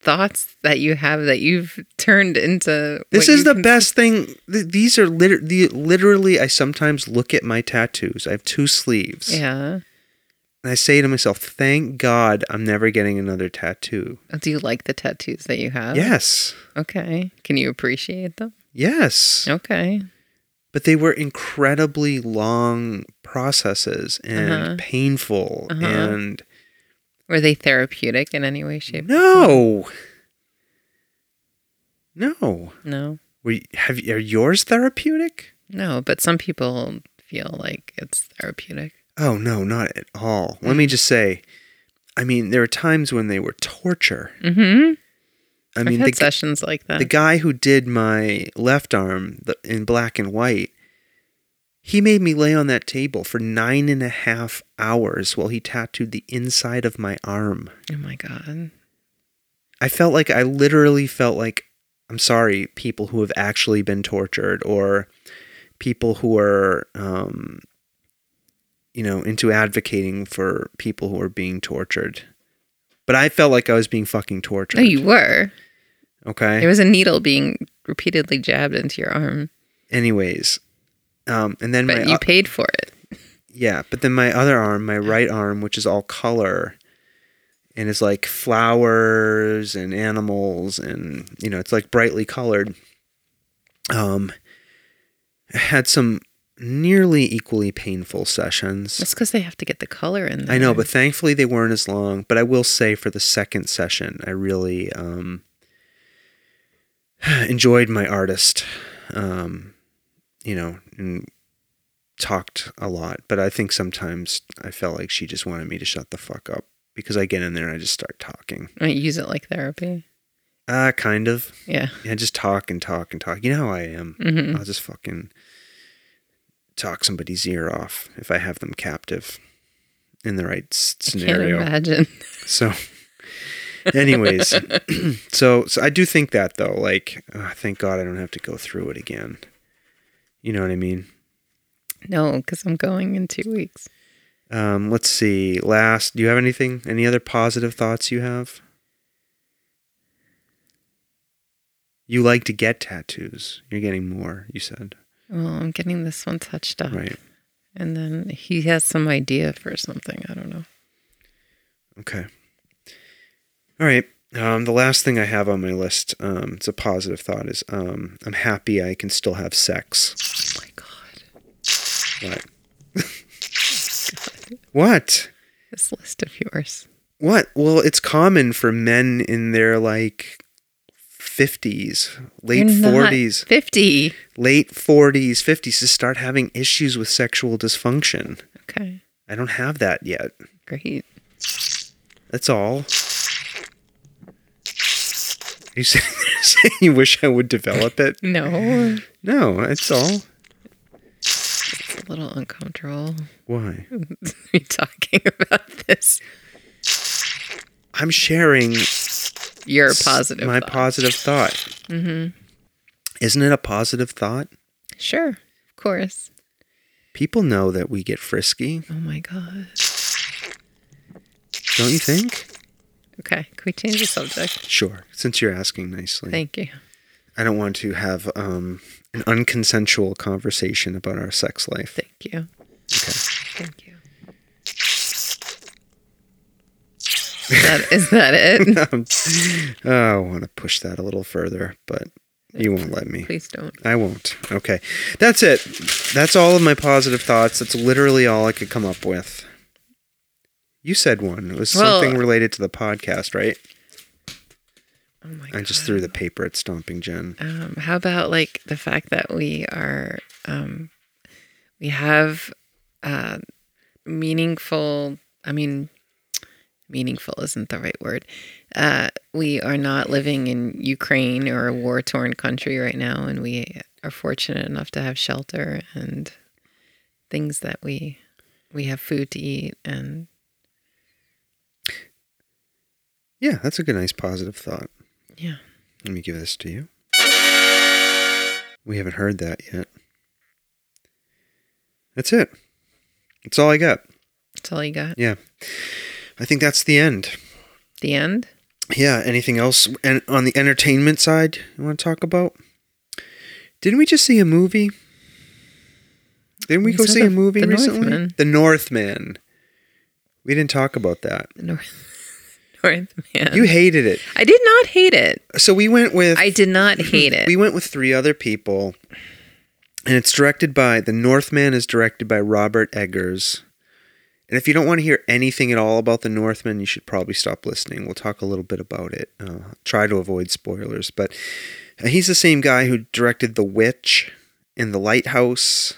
[SPEAKER 2] thoughts that you have that you've turned into?
[SPEAKER 1] This
[SPEAKER 2] what
[SPEAKER 1] is
[SPEAKER 2] you
[SPEAKER 1] the
[SPEAKER 2] can-
[SPEAKER 1] best thing. Th- these are liter- the, literally, I sometimes look at my tattoos. I have two sleeves.
[SPEAKER 2] Yeah.
[SPEAKER 1] And I say to myself, thank God I'm never getting another tattoo.
[SPEAKER 2] Oh, Do you like the tattoos that you have?
[SPEAKER 1] Yes.
[SPEAKER 2] Okay. Can you appreciate them?
[SPEAKER 1] Yes.
[SPEAKER 2] Oh. Okay.
[SPEAKER 1] But they were incredibly long processes and
[SPEAKER 2] Uh-huh.
[SPEAKER 1] painful.
[SPEAKER 2] Uh-huh.
[SPEAKER 1] And
[SPEAKER 2] Were they therapeutic in any way, shape?
[SPEAKER 1] no. No.
[SPEAKER 2] No,
[SPEAKER 1] Were you, have, you- are yours therapeutic?
[SPEAKER 2] no. But some people feel like it's therapeutic.
[SPEAKER 1] Oh, no, not at all. Let
[SPEAKER 2] Mm.
[SPEAKER 1] me just say, I mean, there are times when they were torture.
[SPEAKER 2] Mm-hmm.
[SPEAKER 1] I
[SPEAKER 2] I
[SPEAKER 1] mean,
[SPEAKER 2] have
[SPEAKER 1] the,
[SPEAKER 2] had
[SPEAKER 1] g-
[SPEAKER 2] sessions like that.
[SPEAKER 1] the guy who did my left arm the, in black and white, he made me lay on that table for nine and a half hours while he tattooed the inside of my arm.
[SPEAKER 2] oh my god.
[SPEAKER 1] I felt like I literally felt like I'm sorry, people who have actually been tortured or people who are, um, you know, into advocating for people who are being tortured. But I felt like I was being fucking tortured.
[SPEAKER 2] No, Oh, you were.
[SPEAKER 1] okay.
[SPEAKER 2] There was a needle being repeatedly jabbed into your arm,
[SPEAKER 1] Anyways, um, and then
[SPEAKER 2] but
[SPEAKER 1] my
[SPEAKER 2] you
[SPEAKER 1] o-
[SPEAKER 2] paid for it.
[SPEAKER 1] yeah, but then my other arm, my right arm, which is all color, and is like flowers and animals, and you know, it's like brightly colored. Um, I had some nearly equally painful sessions.
[SPEAKER 2] That's because they have to get the color in. There.
[SPEAKER 1] I know, but thankfully they weren't as long. But I will say, for the second session, I really um, [sighs] enjoyed my artist. Um, you know, and talked a lot. But I think sometimes I felt like she just wanted me to shut the fuck up because I get in there and I just start talking.
[SPEAKER 2] I use it like therapy.
[SPEAKER 1] Ah, kind of.
[SPEAKER 2] Yeah.
[SPEAKER 1] Yeah, just talk and talk and talk. You know how I am.
[SPEAKER 2] hmm
[SPEAKER 1] I'll just fucking talk somebody's ear off if I have them captive in the right s-
[SPEAKER 2] Can't
[SPEAKER 1] scenario.
[SPEAKER 2] imagine. [laughs]
[SPEAKER 1] So, anyways, so so I do think that though, like, ah, thank God I don't have to go through it again. You know what I mean?
[SPEAKER 2] No, because I'm going in two weeks.
[SPEAKER 1] Um, let's see. Last, do you have anything? Any other positive thoughts you have? You like to get tattoos. You're getting more. You said
[SPEAKER 2] Well, I'm getting this one touched up,
[SPEAKER 1] right.
[SPEAKER 2] and then he has some idea for something. I don't know.
[SPEAKER 1] Okay. All right. Um, the last thing I have on my list, um, it's a positive thought, is um, I'm happy I can still have sex.
[SPEAKER 2] Oh my god.
[SPEAKER 1] [laughs] What? What?
[SPEAKER 2] This list of yours.
[SPEAKER 1] What? Well, it's common for men in their like 50s, late
[SPEAKER 2] You're not
[SPEAKER 1] 40s,
[SPEAKER 2] 50.
[SPEAKER 1] late 40s, 50s to start having issues with sexual dysfunction.
[SPEAKER 2] Okay.
[SPEAKER 1] I don't have that yet.
[SPEAKER 2] Great.
[SPEAKER 1] That's all. You say, [laughs] say you wish I would develop it?
[SPEAKER 2] No,
[SPEAKER 1] No, that's all.
[SPEAKER 2] it's a little uncomfortable [laughs]
[SPEAKER 1] Why?
[SPEAKER 2] to be talking about this.
[SPEAKER 1] I'm sharing
[SPEAKER 2] Your positive.
[SPEAKER 1] my
[SPEAKER 2] thought. Mm-hmm.
[SPEAKER 1] positive thought. Isn't it a positive thought?
[SPEAKER 2] Sure. Of course.
[SPEAKER 1] People know that we get frisky,
[SPEAKER 2] Oh my God.
[SPEAKER 1] don't you think?
[SPEAKER 2] Okay. Can we change the subject?
[SPEAKER 1] Sure, since you're asking nicely.
[SPEAKER 2] Thank you.
[SPEAKER 1] I don't want to have um, an unconsensual conversation about our sex life.
[SPEAKER 2] Thank you.
[SPEAKER 1] Okay.
[SPEAKER 2] Thank you. Is that, is
[SPEAKER 1] [laughs]
[SPEAKER 2] that it?
[SPEAKER 1] Um, oh, I want to push that a little further, but you won't let me.
[SPEAKER 2] Please don't.
[SPEAKER 1] I won't. Okay. That's it. That's all of my positive thoughts. That's literally all I could come up with. You said one. It was
[SPEAKER 2] Well-
[SPEAKER 1] something related to the podcast, right?
[SPEAKER 2] Oh my
[SPEAKER 1] I
[SPEAKER 2] God.
[SPEAKER 1] just threw the paper at Stomping Jen.
[SPEAKER 2] Um, how about like the fact that we are, um, we have uh, meaningful, I mean, meaningful isn't the right word. Uh, we are not living in Ukraine or a war torn country right now, and we are fortunate enough to have shelter and things that we we have food to eat and
[SPEAKER 1] Yeah, that's a good, nice positive thought.
[SPEAKER 2] yeah
[SPEAKER 1] Let me give this to you. We haven't heard that yet. That's it. That's all I got.
[SPEAKER 2] that's all you got
[SPEAKER 1] Yeah. I think that's the end.
[SPEAKER 2] the end
[SPEAKER 1] Yeah. Anything else and on the entertainment side you want to talk about? Didn't we just see a movie? Didn't we,
[SPEAKER 2] We
[SPEAKER 1] go
[SPEAKER 2] saw
[SPEAKER 1] see
[SPEAKER 2] The-
[SPEAKER 1] a movie
[SPEAKER 2] The
[SPEAKER 1] recently?
[SPEAKER 2] Northman.
[SPEAKER 1] The Northman. We didn't talk about that.
[SPEAKER 2] the north [laughs] north man
[SPEAKER 1] You hated it.
[SPEAKER 2] i did not hate it
[SPEAKER 1] So we went with
[SPEAKER 2] I did not hate it.
[SPEAKER 1] we went with three other people, and it's directed by The Northman is directed by Robert Eggers. And if you don't want to hear anything at all about The Northman, you should probably stop listening. We'll talk a little bit about it. Uh, try to avoid spoilers, but he's the same guy who directed The Witch and The Lighthouse.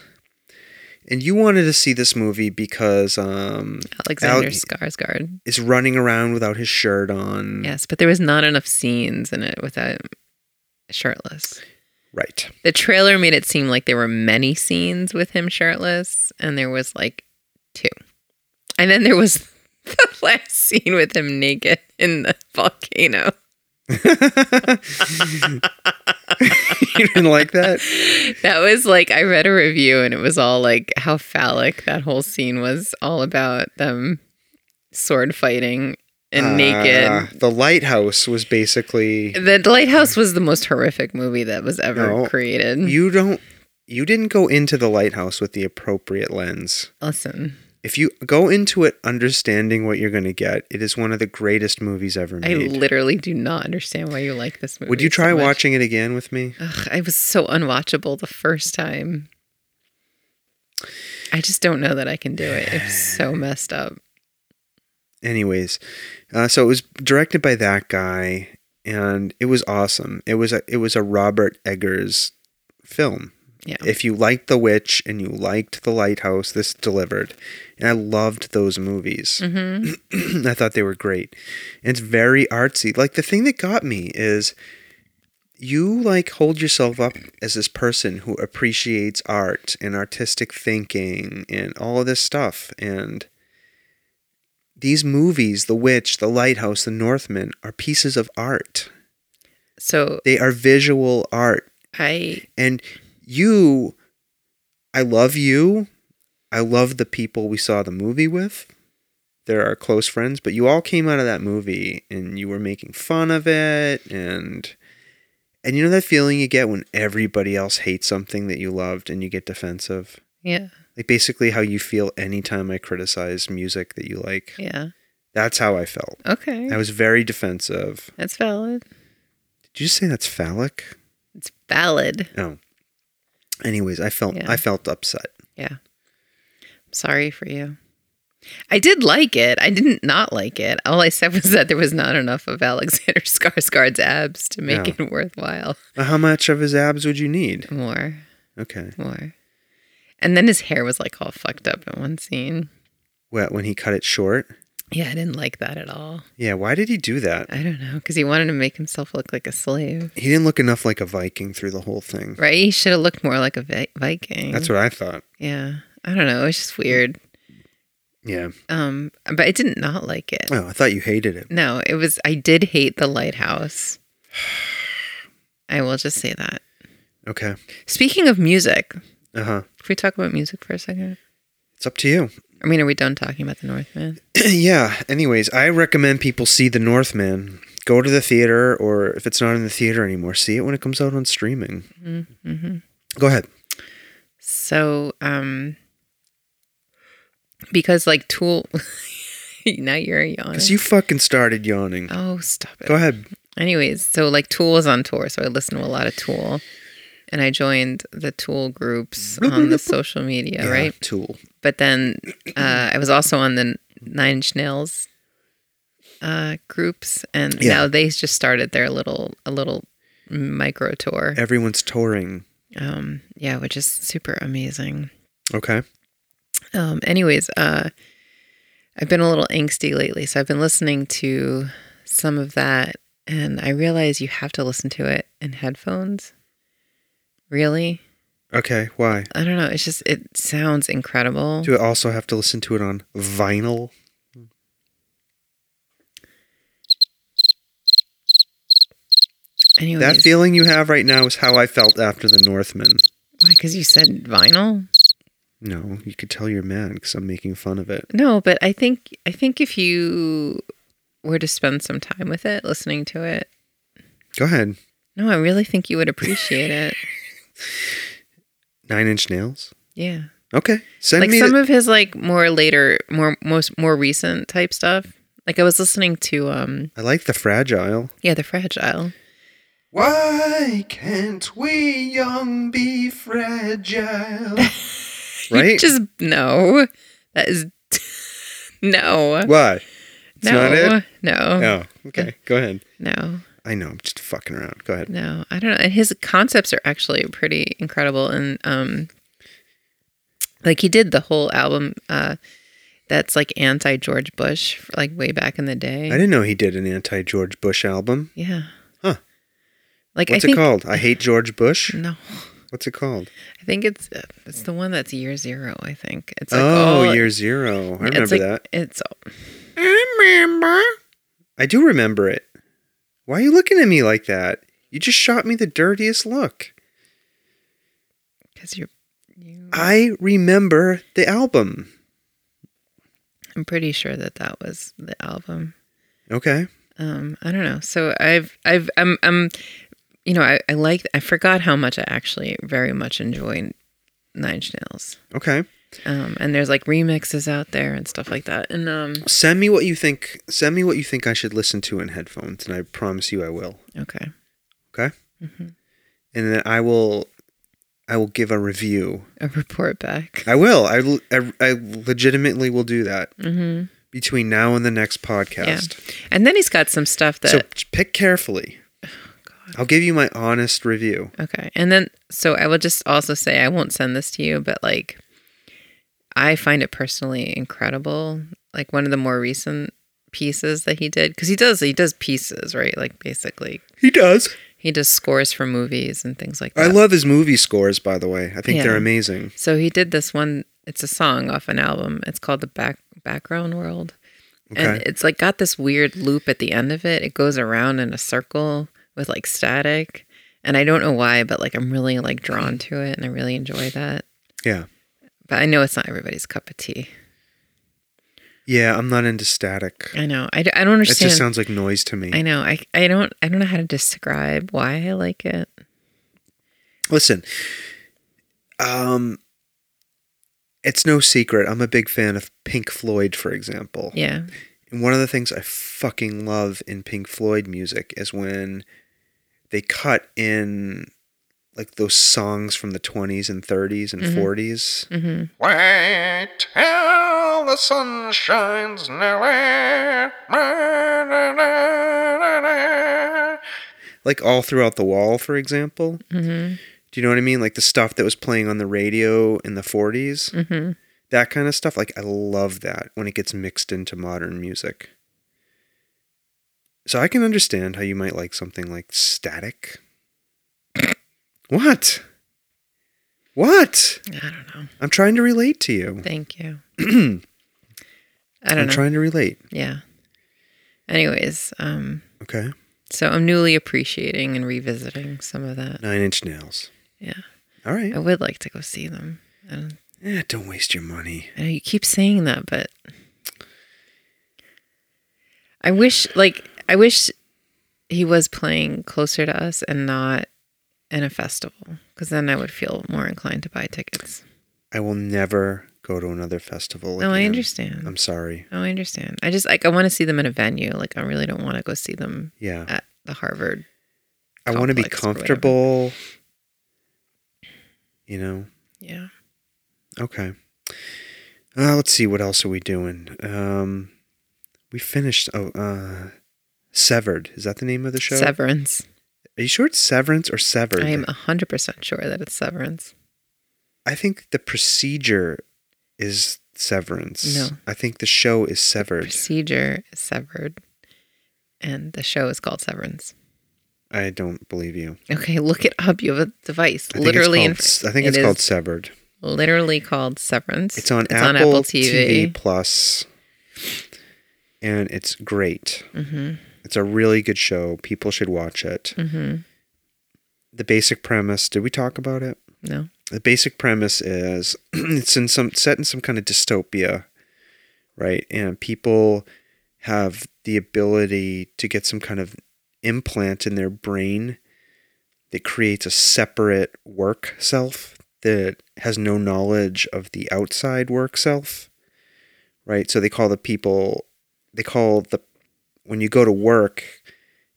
[SPEAKER 1] And you wanted to see this movie because um,
[SPEAKER 2] Alexander
[SPEAKER 1] Al-
[SPEAKER 2] Skarsgård.
[SPEAKER 1] is running around without his shirt on.
[SPEAKER 2] Yes, but there was not enough scenes in it without shirtless.
[SPEAKER 1] Right. [laughs]
[SPEAKER 2] The trailer made it seem like there were many scenes with him shirtless, and there was like two. And then there was [laughs] the last scene with him naked in the volcano.
[SPEAKER 1] you didn't like that?
[SPEAKER 2] That was like I read a review and it was all like how phallic that whole scene was all about them sword fighting and naked.
[SPEAKER 1] Uh, The lighthouse was basically
[SPEAKER 2] The Lighthouse was the most horrific movie that was ever
[SPEAKER 1] No,
[SPEAKER 2] created.
[SPEAKER 1] you don't you didn't go into the lighthouse with the appropriate lens.
[SPEAKER 2] Listen,
[SPEAKER 1] If you go into it understanding what you're going to get, it is one of the greatest movies ever
[SPEAKER 2] I
[SPEAKER 1] made.
[SPEAKER 2] literally do not understand why you like this movie.
[SPEAKER 1] Would you
[SPEAKER 2] so
[SPEAKER 1] try
[SPEAKER 2] much.
[SPEAKER 1] watching it again with me?
[SPEAKER 2] Ugh, I was so unwatchable the first time. I just don't know that I can do it. It's
[SPEAKER 1] [sighs]
[SPEAKER 2] so messed up.
[SPEAKER 1] Anyways, uh, so it was directed by that guy, and it was awesome. It was a it was a Robert Eggers film.
[SPEAKER 2] Yeah.
[SPEAKER 1] If you liked The Witch and you liked The Lighthouse, this delivered. And I loved those movies.
[SPEAKER 2] hmm
[SPEAKER 1] [clears throat] I thought they were great. And it's very artsy. Like the thing that got me is you like hold yourself up as this person who appreciates art and artistic thinking and all of this stuff and these movies, The Witch, The Lighthouse, The Northman are pieces of art.
[SPEAKER 2] So
[SPEAKER 1] They are visual art
[SPEAKER 2] I
[SPEAKER 1] and you, I love you. I love the people we saw the movie with. They're our close friends, but you all came out of that movie and you were making fun of it and and you know that feeling you get when everybody else hates something that you loved and you get defensive?
[SPEAKER 2] yeah
[SPEAKER 1] Like basically how you feel anytime I criticize music that you like.
[SPEAKER 2] yeah
[SPEAKER 1] That's how I felt.
[SPEAKER 2] okay
[SPEAKER 1] I was very defensive.
[SPEAKER 2] that's valid.
[SPEAKER 1] Did you say that's phallic?
[SPEAKER 2] It's valid.
[SPEAKER 1] No. Anyways, I felt
[SPEAKER 2] Yeah.
[SPEAKER 1] I felt upset.
[SPEAKER 2] Sorry for you. I did like it. I didn't not like it. All I said [laughs] was that there was not enough of Alexander [laughs] Skarsgård's abs to make
[SPEAKER 1] Yeah.
[SPEAKER 2] it worthwhile.
[SPEAKER 1] Well, How much of his abs would you need?
[SPEAKER 2] More,
[SPEAKER 1] Okay.
[SPEAKER 2] more. And then his hair was like all fucked up in one scene.
[SPEAKER 1] What, when he cut it short?
[SPEAKER 2] Yeah, I didn't like that at all.
[SPEAKER 1] Yeah, why did he do that?
[SPEAKER 2] I don't know, because he wanted to make himself look like a slave,
[SPEAKER 1] He didn't look enough like a Viking through the whole thing.
[SPEAKER 2] right? He should have looked more like a vi- Viking.
[SPEAKER 1] That's what I thought.
[SPEAKER 2] Yeah, I don't know. It was just weird.
[SPEAKER 1] Yeah.
[SPEAKER 2] Um, but I did not like it.
[SPEAKER 1] Oh, I thought you hated it.
[SPEAKER 2] No, it was. I did hate the lighthouse. [sighs] I will just say that.
[SPEAKER 1] Okay.
[SPEAKER 2] Speaking of music,
[SPEAKER 1] Uh huh.
[SPEAKER 2] can we talk about music for a second?
[SPEAKER 1] It's up to you. [clears throat]
[SPEAKER 2] I mean, are we done talking about the Northman?
[SPEAKER 1] yeah. Anyways, I recommend people see The Northman. Go to the theater, or if it's not in the theater anymore, see it when it comes out on streaming. Go ahead.
[SPEAKER 2] Mm-hmm. So, um, because like Tool, [laughs] now you're yawning.
[SPEAKER 1] Because you fucking started yawning.
[SPEAKER 2] oh, stop it.
[SPEAKER 1] Go ahead.
[SPEAKER 2] Anyways, so like Tool is on tour, so I listen to a lot of Tool, and I joined the Tool groups on the social media,
[SPEAKER 1] Yeah,
[SPEAKER 2] right?
[SPEAKER 1] Tool.
[SPEAKER 2] But then uh, I was also on the Nine Inch Nails uh, groups, and
[SPEAKER 1] Yeah.
[SPEAKER 2] now they just started their little a little micro tour.
[SPEAKER 1] Everyone's touring.
[SPEAKER 2] Um, yeah, which is super amazing.
[SPEAKER 1] Okay.
[SPEAKER 2] Um, anyways, uh, I've been a little angsty lately, so I've been listening to some of that, and I realize you have to listen to it in headphones. Really?
[SPEAKER 1] Okay. Why?
[SPEAKER 2] I don't know. It's just it sounds incredible.
[SPEAKER 1] Do I also have to listen to it on vinyl?
[SPEAKER 2] Anyways,
[SPEAKER 1] That feeling you have right now is how I felt after The Northman.
[SPEAKER 2] why? Because you said vinyl.
[SPEAKER 1] No, you could tell you're mad because I'm making fun of it.
[SPEAKER 2] No, but I think I think if you were to spend some time with it, listening to it,
[SPEAKER 1] Go ahead.
[SPEAKER 2] no, I really think you would
[SPEAKER 1] [laughs]
[SPEAKER 2] appreciate it.
[SPEAKER 1] Nine Inch Nails.
[SPEAKER 2] Yeah.
[SPEAKER 1] Okay. Send
[SPEAKER 2] like
[SPEAKER 1] me.
[SPEAKER 2] some
[SPEAKER 1] the-
[SPEAKER 2] of his like more later more most more recent type stuff like i was listening to um
[SPEAKER 1] I like the fragile.
[SPEAKER 2] yeah the fragile
[SPEAKER 1] Why can't we young be
[SPEAKER 2] [laughs]
[SPEAKER 1] fragile? right?
[SPEAKER 2] just no that is [laughs] no
[SPEAKER 1] Why? It's
[SPEAKER 2] no
[SPEAKER 1] not
[SPEAKER 2] [laughs]
[SPEAKER 1] it?
[SPEAKER 2] no
[SPEAKER 1] Oh, okay. Go ahead.
[SPEAKER 2] no
[SPEAKER 1] I know. I'm just fucking around. Go ahead.
[SPEAKER 2] no i don't know and his concepts are actually pretty incredible and um like he did the whole album uh that's like anti george bush like way back in the day
[SPEAKER 1] I didn't know he did an anti George Bush album.
[SPEAKER 2] yeah
[SPEAKER 1] Huh.
[SPEAKER 2] like
[SPEAKER 1] What's
[SPEAKER 2] I think
[SPEAKER 1] it called? I hate George Bush.
[SPEAKER 2] no
[SPEAKER 1] What's it called?
[SPEAKER 2] I think it's uh, it's the one that's year zero. I think it's like
[SPEAKER 1] oh,
[SPEAKER 2] all,
[SPEAKER 1] year zero. I remember
[SPEAKER 2] it's like,
[SPEAKER 1] that.
[SPEAKER 2] It's all-
[SPEAKER 1] I remember. I do remember it. Why are you looking at me like that? You just shot me the dirtiest look.
[SPEAKER 2] because you're. You,
[SPEAKER 1] I remember the album.
[SPEAKER 2] I'm pretty sure that that was the album.
[SPEAKER 1] Okay.
[SPEAKER 2] Um, I don't know. So I've I've I'm I'm, you know I I like I forgot how much I actually very much enjoy Nine Inch Nails.
[SPEAKER 1] Okay.
[SPEAKER 2] Um, and there's like remixes out there and stuff like that. And um,
[SPEAKER 1] Send me what you think. Send me what you think I should listen to in headphones, and I promise you I will.
[SPEAKER 2] okay,
[SPEAKER 1] Okay. And then I will. I will give a review.
[SPEAKER 2] a report back.
[SPEAKER 1] I will. I, l- I, I legitimately will do that
[SPEAKER 2] hmm
[SPEAKER 1] between now and the next podcast.
[SPEAKER 2] And then he's got some stuff that
[SPEAKER 1] so pick carefully. [sighs] I'll give you my honest review.
[SPEAKER 2] Okay. And then, so I will just also say I won't send this to you, but like, I find it personally incredible. Like, one of the more recent pieces that he did, because he does, he does pieces, right? Like, basically,
[SPEAKER 1] He does.
[SPEAKER 2] he does scores for movies and things like
[SPEAKER 1] I
[SPEAKER 2] that.
[SPEAKER 1] love his movie scores, by the way. I think
[SPEAKER 2] Yeah.
[SPEAKER 1] they're amazing.
[SPEAKER 2] so he did this one, it's a song off an album. It's called The Back Background World. And
[SPEAKER 1] Okay.
[SPEAKER 2] it's like got this weird loop at the end of it. It goes around in a circle with like static. And I don't know why, but like I'm really like drawn to it and I really enjoy that.
[SPEAKER 1] Yeah.
[SPEAKER 2] But I know it's not everybody's cup of tea.
[SPEAKER 1] Yeah, I'm not into static.
[SPEAKER 2] I know. I, d- I don't
[SPEAKER 1] That
[SPEAKER 2] understand.
[SPEAKER 1] just sounds like noise to me.
[SPEAKER 2] I know. I, I don't I don't know how to describe why I like it.
[SPEAKER 1] Listen, um, it's no secret. I'm a big fan of Pink Floyd, for example.
[SPEAKER 2] Yeah.
[SPEAKER 1] And one of the things I fucking love in Pink Floyd music is when they cut in like those
[SPEAKER 2] Mm-hmm.
[SPEAKER 1] songs from the 20s and 30s and 40s.
[SPEAKER 2] hmm
[SPEAKER 3] Wait till
[SPEAKER 4] Well, the sun shines nowhere.
[SPEAKER 1] Like all throughout the wall, for example.
[SPEAKER 2] Mm-hmm.
[SPEAKER 1] Do you know what I mean? Like the stuff that was playing on the radio in the 40s.
[SPEAKER 2] Mhm.
[SPEAKER 1] That kind of stuff. Like I love that when it gets mixed into modern music. So I can understand how you might like something like static. [coughs] what? What?
[SPEAKER 2] I don't know.
[SPEAKER 1] I'm trying to relate to
[SPEAKER 2] [coughs]
[SPEAKER 1] you.
[SPEAKER 2] Thank you. I don't
[SPEAKER 1] I'm
[SPEAKER 2] know.
[SPEAKER 1] trying to relate.
[SPEAKER 2] yeah. Anyways, um,
[SPEAKER 1] Okay.
[SPEAKER 2] so I'm newly appreciating and revisiting some of that.
[SPEAKER 1] Nine inch nails.
[SPEAKER 2] Yeah. Oh.
[SPEAKER 1] All right.
[SPEAKER 2] I would like to go see them. I, don't,
[SPEAKER 1] Eh, don't waste your money.
[SPEAKER 2] I know you keep saying that, but I wish, like, I wish he was playing closer to us and not in a festival, because then I would feel more inclined to buy tickets.
[SPEAKER 1] I will never go to another festival.
[SPEAKER 2] No, I
[SPEAKER 1] again.
[SPEAKER 2] understand.
[SPEAKER 1] I'm sorry.
[SPEAKER 2] No, I understand. I just like I want to see them in a venue. Like I really don't want to go see them
[SPEAKER 1] Yeah.
[SPEAKER 2] at the Harvard.
[SPEAKER 1] I want to be
[SPEAKER 2] complex or whatever.
[SPEAKER 1] comfortable. You know?
[SPEAKER 2] Yeah.
[SPEAKER 1] Okay. Uh, let's see. What else are we doing? Um, we finished. Oh, uh, Severed. Is that the name of the show?
[SPEAKER 2] Severance.
[SPEAKER 1] Are you sure it's Severance or Severed?
[SPEAKER 2] I am 100% sure that it's Severance.
[SPEAKER 1] I think the procedure is Severance.
[SPEAKER 2] No.
[SPEAKER 1] I think the show is Severed.
[SPEAKER 2] Procedure is severed and the show is called Severance.
[SPEAKER 1] I don't believe you.
[SPEAKER 2] Okay, look it up. You have a device
[SPEAKER 1] I think it's
[SPEAKER 2] literally
[SPEAKER 1] called
[SPEAKER 2] in
[SPEAKER 1] S- I think
[SPEAKER 2] it
[SPEAKER 1] it's called
[SPEAKER 2] is
[SPEAKER 1] Severed.
[SPEAKER 2] literally called Severance.
[SPEAKER 1] It's on, Apple, TV. Plus, and it's great.
[SPEAKER 2] Mm-hmm,
[SPEAKER 1] It's a really good show. People should watch it. The basic premise. Did we talk about it?
[SPEAKER 2] No.
[SPEAKER 1] The basic premise is [clears throat] it's in some set in some kind of dystopia, right? And people have the ability to get some kind of implant in their brain that creates a separate work self that has no knowledge of the outside work self right so they call the people they call the when you go to work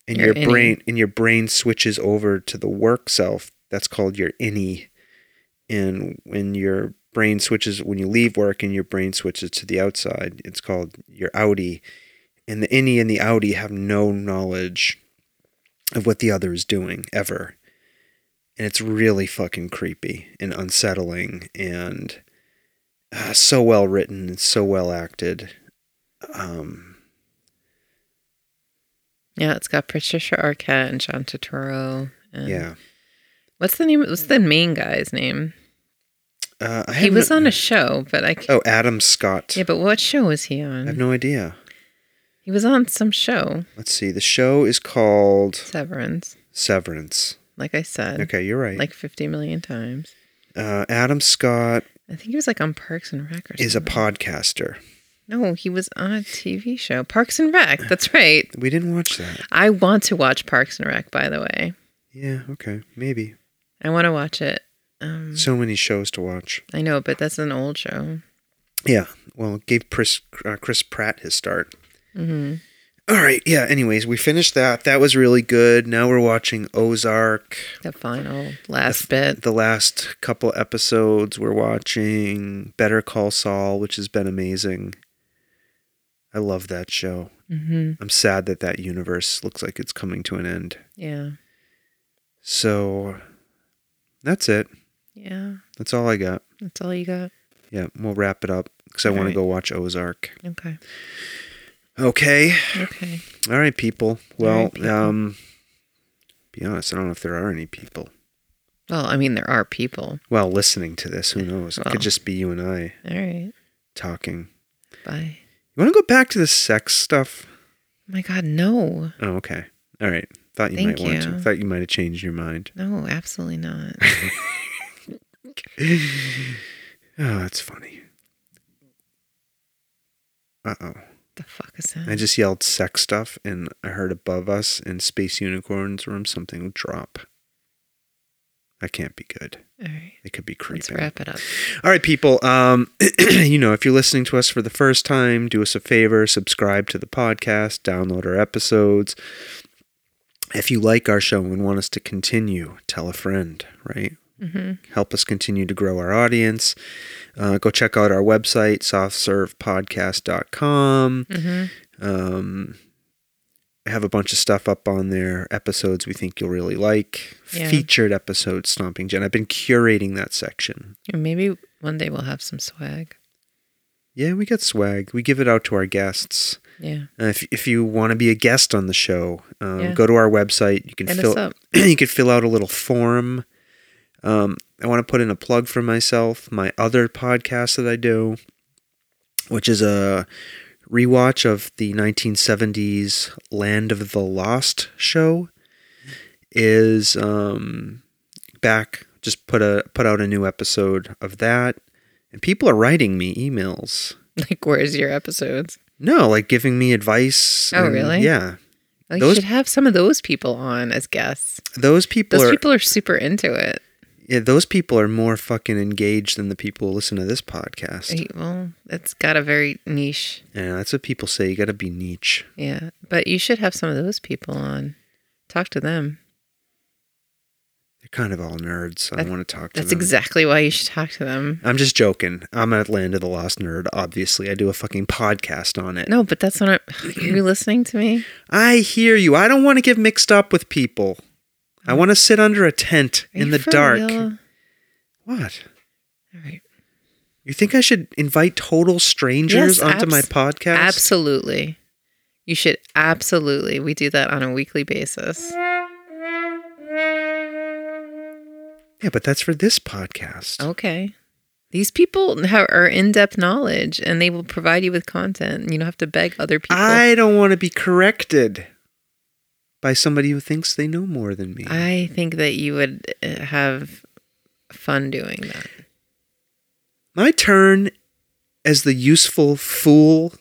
[SPEAKER 1] and
[SPEAKER 2] Your
[SPEAKER 1] your
[SPEAKER 2] innie.
[SPEAKER 1] brain and your brain switches over to the work self that's called your innie and when your brain switches when you leave work and your brain switches to the outside it's called your outie and the innie and the outie have no knowledge of what the other is doing ever. And it's really fucking creepy and unsettling and uh, so well written and so well acted. Um,
[SPEAKER 2] Yeah, it's got Patricia Arquette and John Turturro. And
[SPEAKER 1] yeah.
[SPEAKER 2] What's the name? What's the main guy's name?
[SPEAKER 1] Uh, I
[SPEAKER 2] He
[SPEAKER 1] have
[SPEAKER 2] was
[SPEAKER 1] no-
[SPEAKER 2] on a show, but I can't.
[SPEAKER 1] Oh, Adam Scott.
[SPEAKER 2] Yeah, but what show was he
[SPEAKER 1] I
[SPEAKER 2] on?
[SPEAKER 1] have no idea.
[SPEAKER 2] He was on some show,
[SPEAKER 1] Let's see. The show is called
[SPEAKER 2] Severance,
[SPEAKER 1] Severance.
[SPEAKER 2] like I said,
[SPEAKER 1] Okay, you're right.
[SPEAKER 2] like 50 million times.
[SPEAKER 1] uh, Adam Scott
[SPEAKER 2] I think he was like on Parks and Rec or something.
[SPEAKER 1] is a podcaster.
[SPEAKER 2] No, he was on a TV show. Parks and Rec. That's right.
[SPEAKER 1] We didn't watch that.
[SPEAKER 2] I want to watch Parks and Rec, by the way.
[SPEAKER 1] Yeah, okay, maybe.
[SPEAKER 2] I want to watch it. Um,
[SPEAKER 1] So many shows to watch.
[SPEAKER 2] I know, but that's an old show.
[SPEAKER 1] Yeah. Well, it gave Chris uh, Chris Pratt his start.
[SPEAKER 2] Mm-hmm.
[SPEAKER 1] All right. Yeah. Anyways, we finished that. That was really good. Now we're watching Ozark.
[SPEAKER 2] The final last bit.
[SPEAKER 1] The last couple episodes, we're watching Better Call Saul, which has been amazing. I love that show.
[SPEAKER 2] hmm
[SPEAKER 1] I'm sad that that universe looks like it's coming to an end.
[SPEAKER 2] Yeah.
[SPEAKER 1] So that's it.
[SPEAKER 2] Yeah.
[SPEAKER 1] That's all I got.
[SPEAKER 2] That's all you got.
[SPEAKER 1] Yeah, we'll wrap it up because I
[SPEAKER 2] All
[SPEAKER 1] want
[SPEAKER 2] right.
[SPEAKER 1] to go watch Ozark.
[SPEAKER 2] Okay.
[SPEAKER 1] Okay.
[SPEAKER 2] Okay.
[SPEAKER 1] All right, people.
[SPEAKER 2] All
[SPEAKER 1] Well,
[SPEAKER 2] right, people.
[SPEAKER 1] um, be honest, I don't know if there are any people.
[SPEAKER 2] Well, I mean, there are people.
[SPEAKER 1] Well, listening to this, who knows? It
[SPEAKER 2] Well.
[SPEAKER 1] could just be you and I
[SPEAKER 2] All right.
[SPEAKER 1] talking.
[SPEAKER 2] Bye.
[SPEAKER 1] You want to go back to the sex stuff?
[SPEAKER 2] Oh my God, no.
[SPEAKER 1] Oh, okay. All right. Thought you
[SPEAKER 2] Thank
[SPEAKER 1] might want
[SPEAKER 2] you.
[SPEAKER 1] to. Thought you might have changed your mind.
[SPEAKER 2] No, absolutely not.
[SPEAKER 1] Oh, that's funny. Uh oh.
[SPEAKER 2] the fuck is that?
[SPEAKER 1] I just yelled sex stuff and I heard above us in Space Unicorn's room something drop. That can't be good.
[SPEAKER 2] All right.
[SPEAKER 1] It could be creepy.
[SPEAKER 2] Let's wrap it up.
[SPEAKER 1] All right, people. Um, [clears throat] you know, if you're listening to us for the first time, do us a favor, subscribe to the podcast, download our episodes. If you like our show and want us to continue, tell a friend, right?
[SPEAKER 2] Mm-hmm.
[SPEAKER 1] help us continue to grow our audience. Uh, go check out our website, softservepodcast.com.
[SPEAKER 2] Mm-hmm.
[SPEAKER 1] Um, I have a bunch of stuff up on there, episodes we think you'll really like,
[SPEAKER 2] Yeah.
[SPEAKER 1] featured episodes, Stomping Jen. I've been curating that section.
[SPEAKER 2] And maybe one day we'll have some swag.
[SPEAKER 1] Yeah, we get swag. We give it out to our guests.
[SPEAKER 2] Yeah.
[SPEAKER 1] Uh, if, if you want to be a guest on the show, um,
[SPEAKER 2] Yeah.
[SPEAKER 1] go to our website. You can
[SPEAKER 2] Hit us
[SPEAKER 1] fill
[SPEAKER 2] up.
[SPEAKER 1] [clears throat] you can fill out a little form. Um, I want to put in a plug for myself, my other podcast that I do, which is a rewatch of the 1970s Land of the Lost show, is um, back. Just put a put out a new episode of that, and people are writing me emails.
[SPEAKER 2] [laughs] Like, where's your episodes?
[SPEAKER 1] No, like giving me advice.
[SPEAKER 2] Oh,
[SPEAKER 1] and-
[SPEAKER 2] really?
[SPEAKER 1] Yeah.
[SPEAKER 2] Oh, you
[SPEAKER 1] Those-
[SPEAKER 2] should have some of those people on as guests.
[SPEAKER 1] Those people
[SPEAKER 2] Those
[SPEAKER 1] are
[SPEAKER 2] people are super into it.
[SPEAKER 1] yeah, those people are more fucking engaged than the people who listen to this podcast.
[SPEAKER 2] Eh, Well, it's got a very niche.
[SPEAKER 1] Yeah, that's what people say. You got to be niche.
[SPEAKER 2] Yeah. But you should have some of those people on. Talk to them.
[SPEAKER 1] They're kind of all nerds. I
[SPEAKER 2] That-
[SPEAKER 1] don't want to talk to
[SPEAKER 2] That's
[SPEAKER 1] them.
[SPEAKER 2] exactly why you should talk to them.
[SPEAKER 1] I'm just joking. I'm at Land of the Lost Nerd, obviously. I do a fucking podcast on it.
[SPEAKER 2] No, but that's not. [sighs] Are you listening to me?
[SPEAKER 1] I hear you. I don't want to get mixed up with people. I want to sit under a tent
[SPEAKER 2] Mm. Are
[SPEAKER 1] in
[SPEAKER 2] you
[SPEAKER 1] the
[SPEAKER 2] for
[SPEAKER 1] dark.
[SPEAKER 2] real?
[SPEAKER 1] What?
[SPEAKER 2] All right.
[SPEAKER 1] You think I should invite total strangers
[SPEAKER 2] Yes,
[SPEAKER 1] onto my
[SPEAKER 2] abs-
[SPEAKER 1] podcast?
[SPEAKER 2] Absolutely. You should absolutely. We do that on a weekly basis.
[SPEAKER 1] Yeah, but that's for this podcast.
[SPEAKER 2] Okay. These people have, are in depth knowledge and they will provide you with content. You don't have to beg other people.
[SPEAKER 1] I don't want to be corrected by somebody who thinks they know more than me.
[SPEAKER 2] I think that you would uh, have fun doing that.
[SPEAKER 1] My turn as the useful fool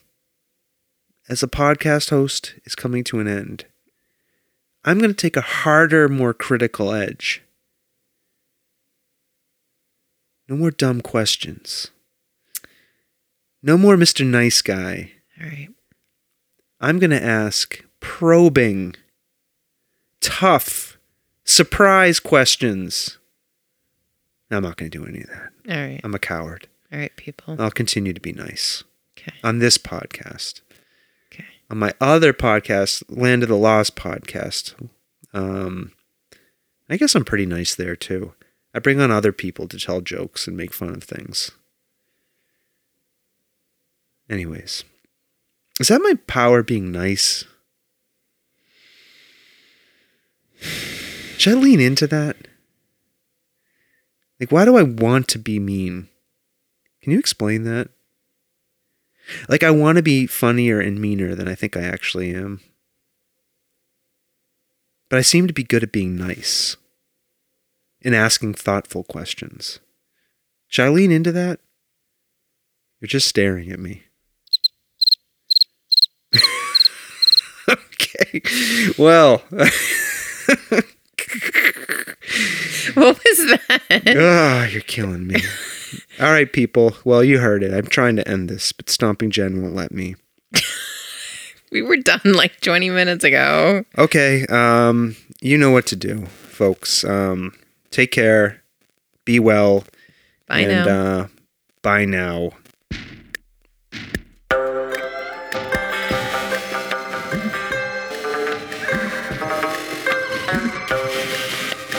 [SPEAKER 1] as a podcast host is coming to an end. I'm going to take a harder, more critical edge. No more dumb questions. No more Mr. Nice Guy.
[SPEAKER 2] All right.
[SPEAKER 1] I'm going to ask probing, tough, surprise questions. No, I'm not going to do any of that.
[SPEAKER 2] All right.
[SPEAKER 1] I'm a coward.
[SPEAKER 2] All right, people.
[SPEAKER 1] I'll continue to be nice
[SPEAKER 2] Okay.
[SPEAKER 1] on this podcast.
[SPEAKER 2] Okay.
[SPEAKER 1] On my other podcast, Land of the Lost podcast, um, I guess I'm pretty nice there too. I bring on other people to tell jokes and make fun of things. Anyways, is that my power being nice? [sighs] Should I lean into that? Like, why do I want to be mean? Can you explain that? Like, I want to be funnier and meaner than I think I actually am. But I seem to be good at being nice and asking thoughtful questions. Should I lean into that? You're just staring at me. [laughs] okay. Well,
[SPEAKER 2] [laughs]
[SPEAKER 1] [laughs]
[SPEAKER 2] What was that? [laughs]
[SPEAKER 1] Ah, you're killing me. All right, people. Well, you heard it. I'm trying to end this, but Stomping Jen won't let me.
[SPEAKER 2] We were done like 20 minutes ago.
[SPEAKER 1] Okay. Um, you know what to do, folks. Um, take care. Be well.
[SPEAKER 2] Bye
[SPEAKER 1] and,
[SPEAKER 2] now.
[SPEAKER 1] Uh, bye now.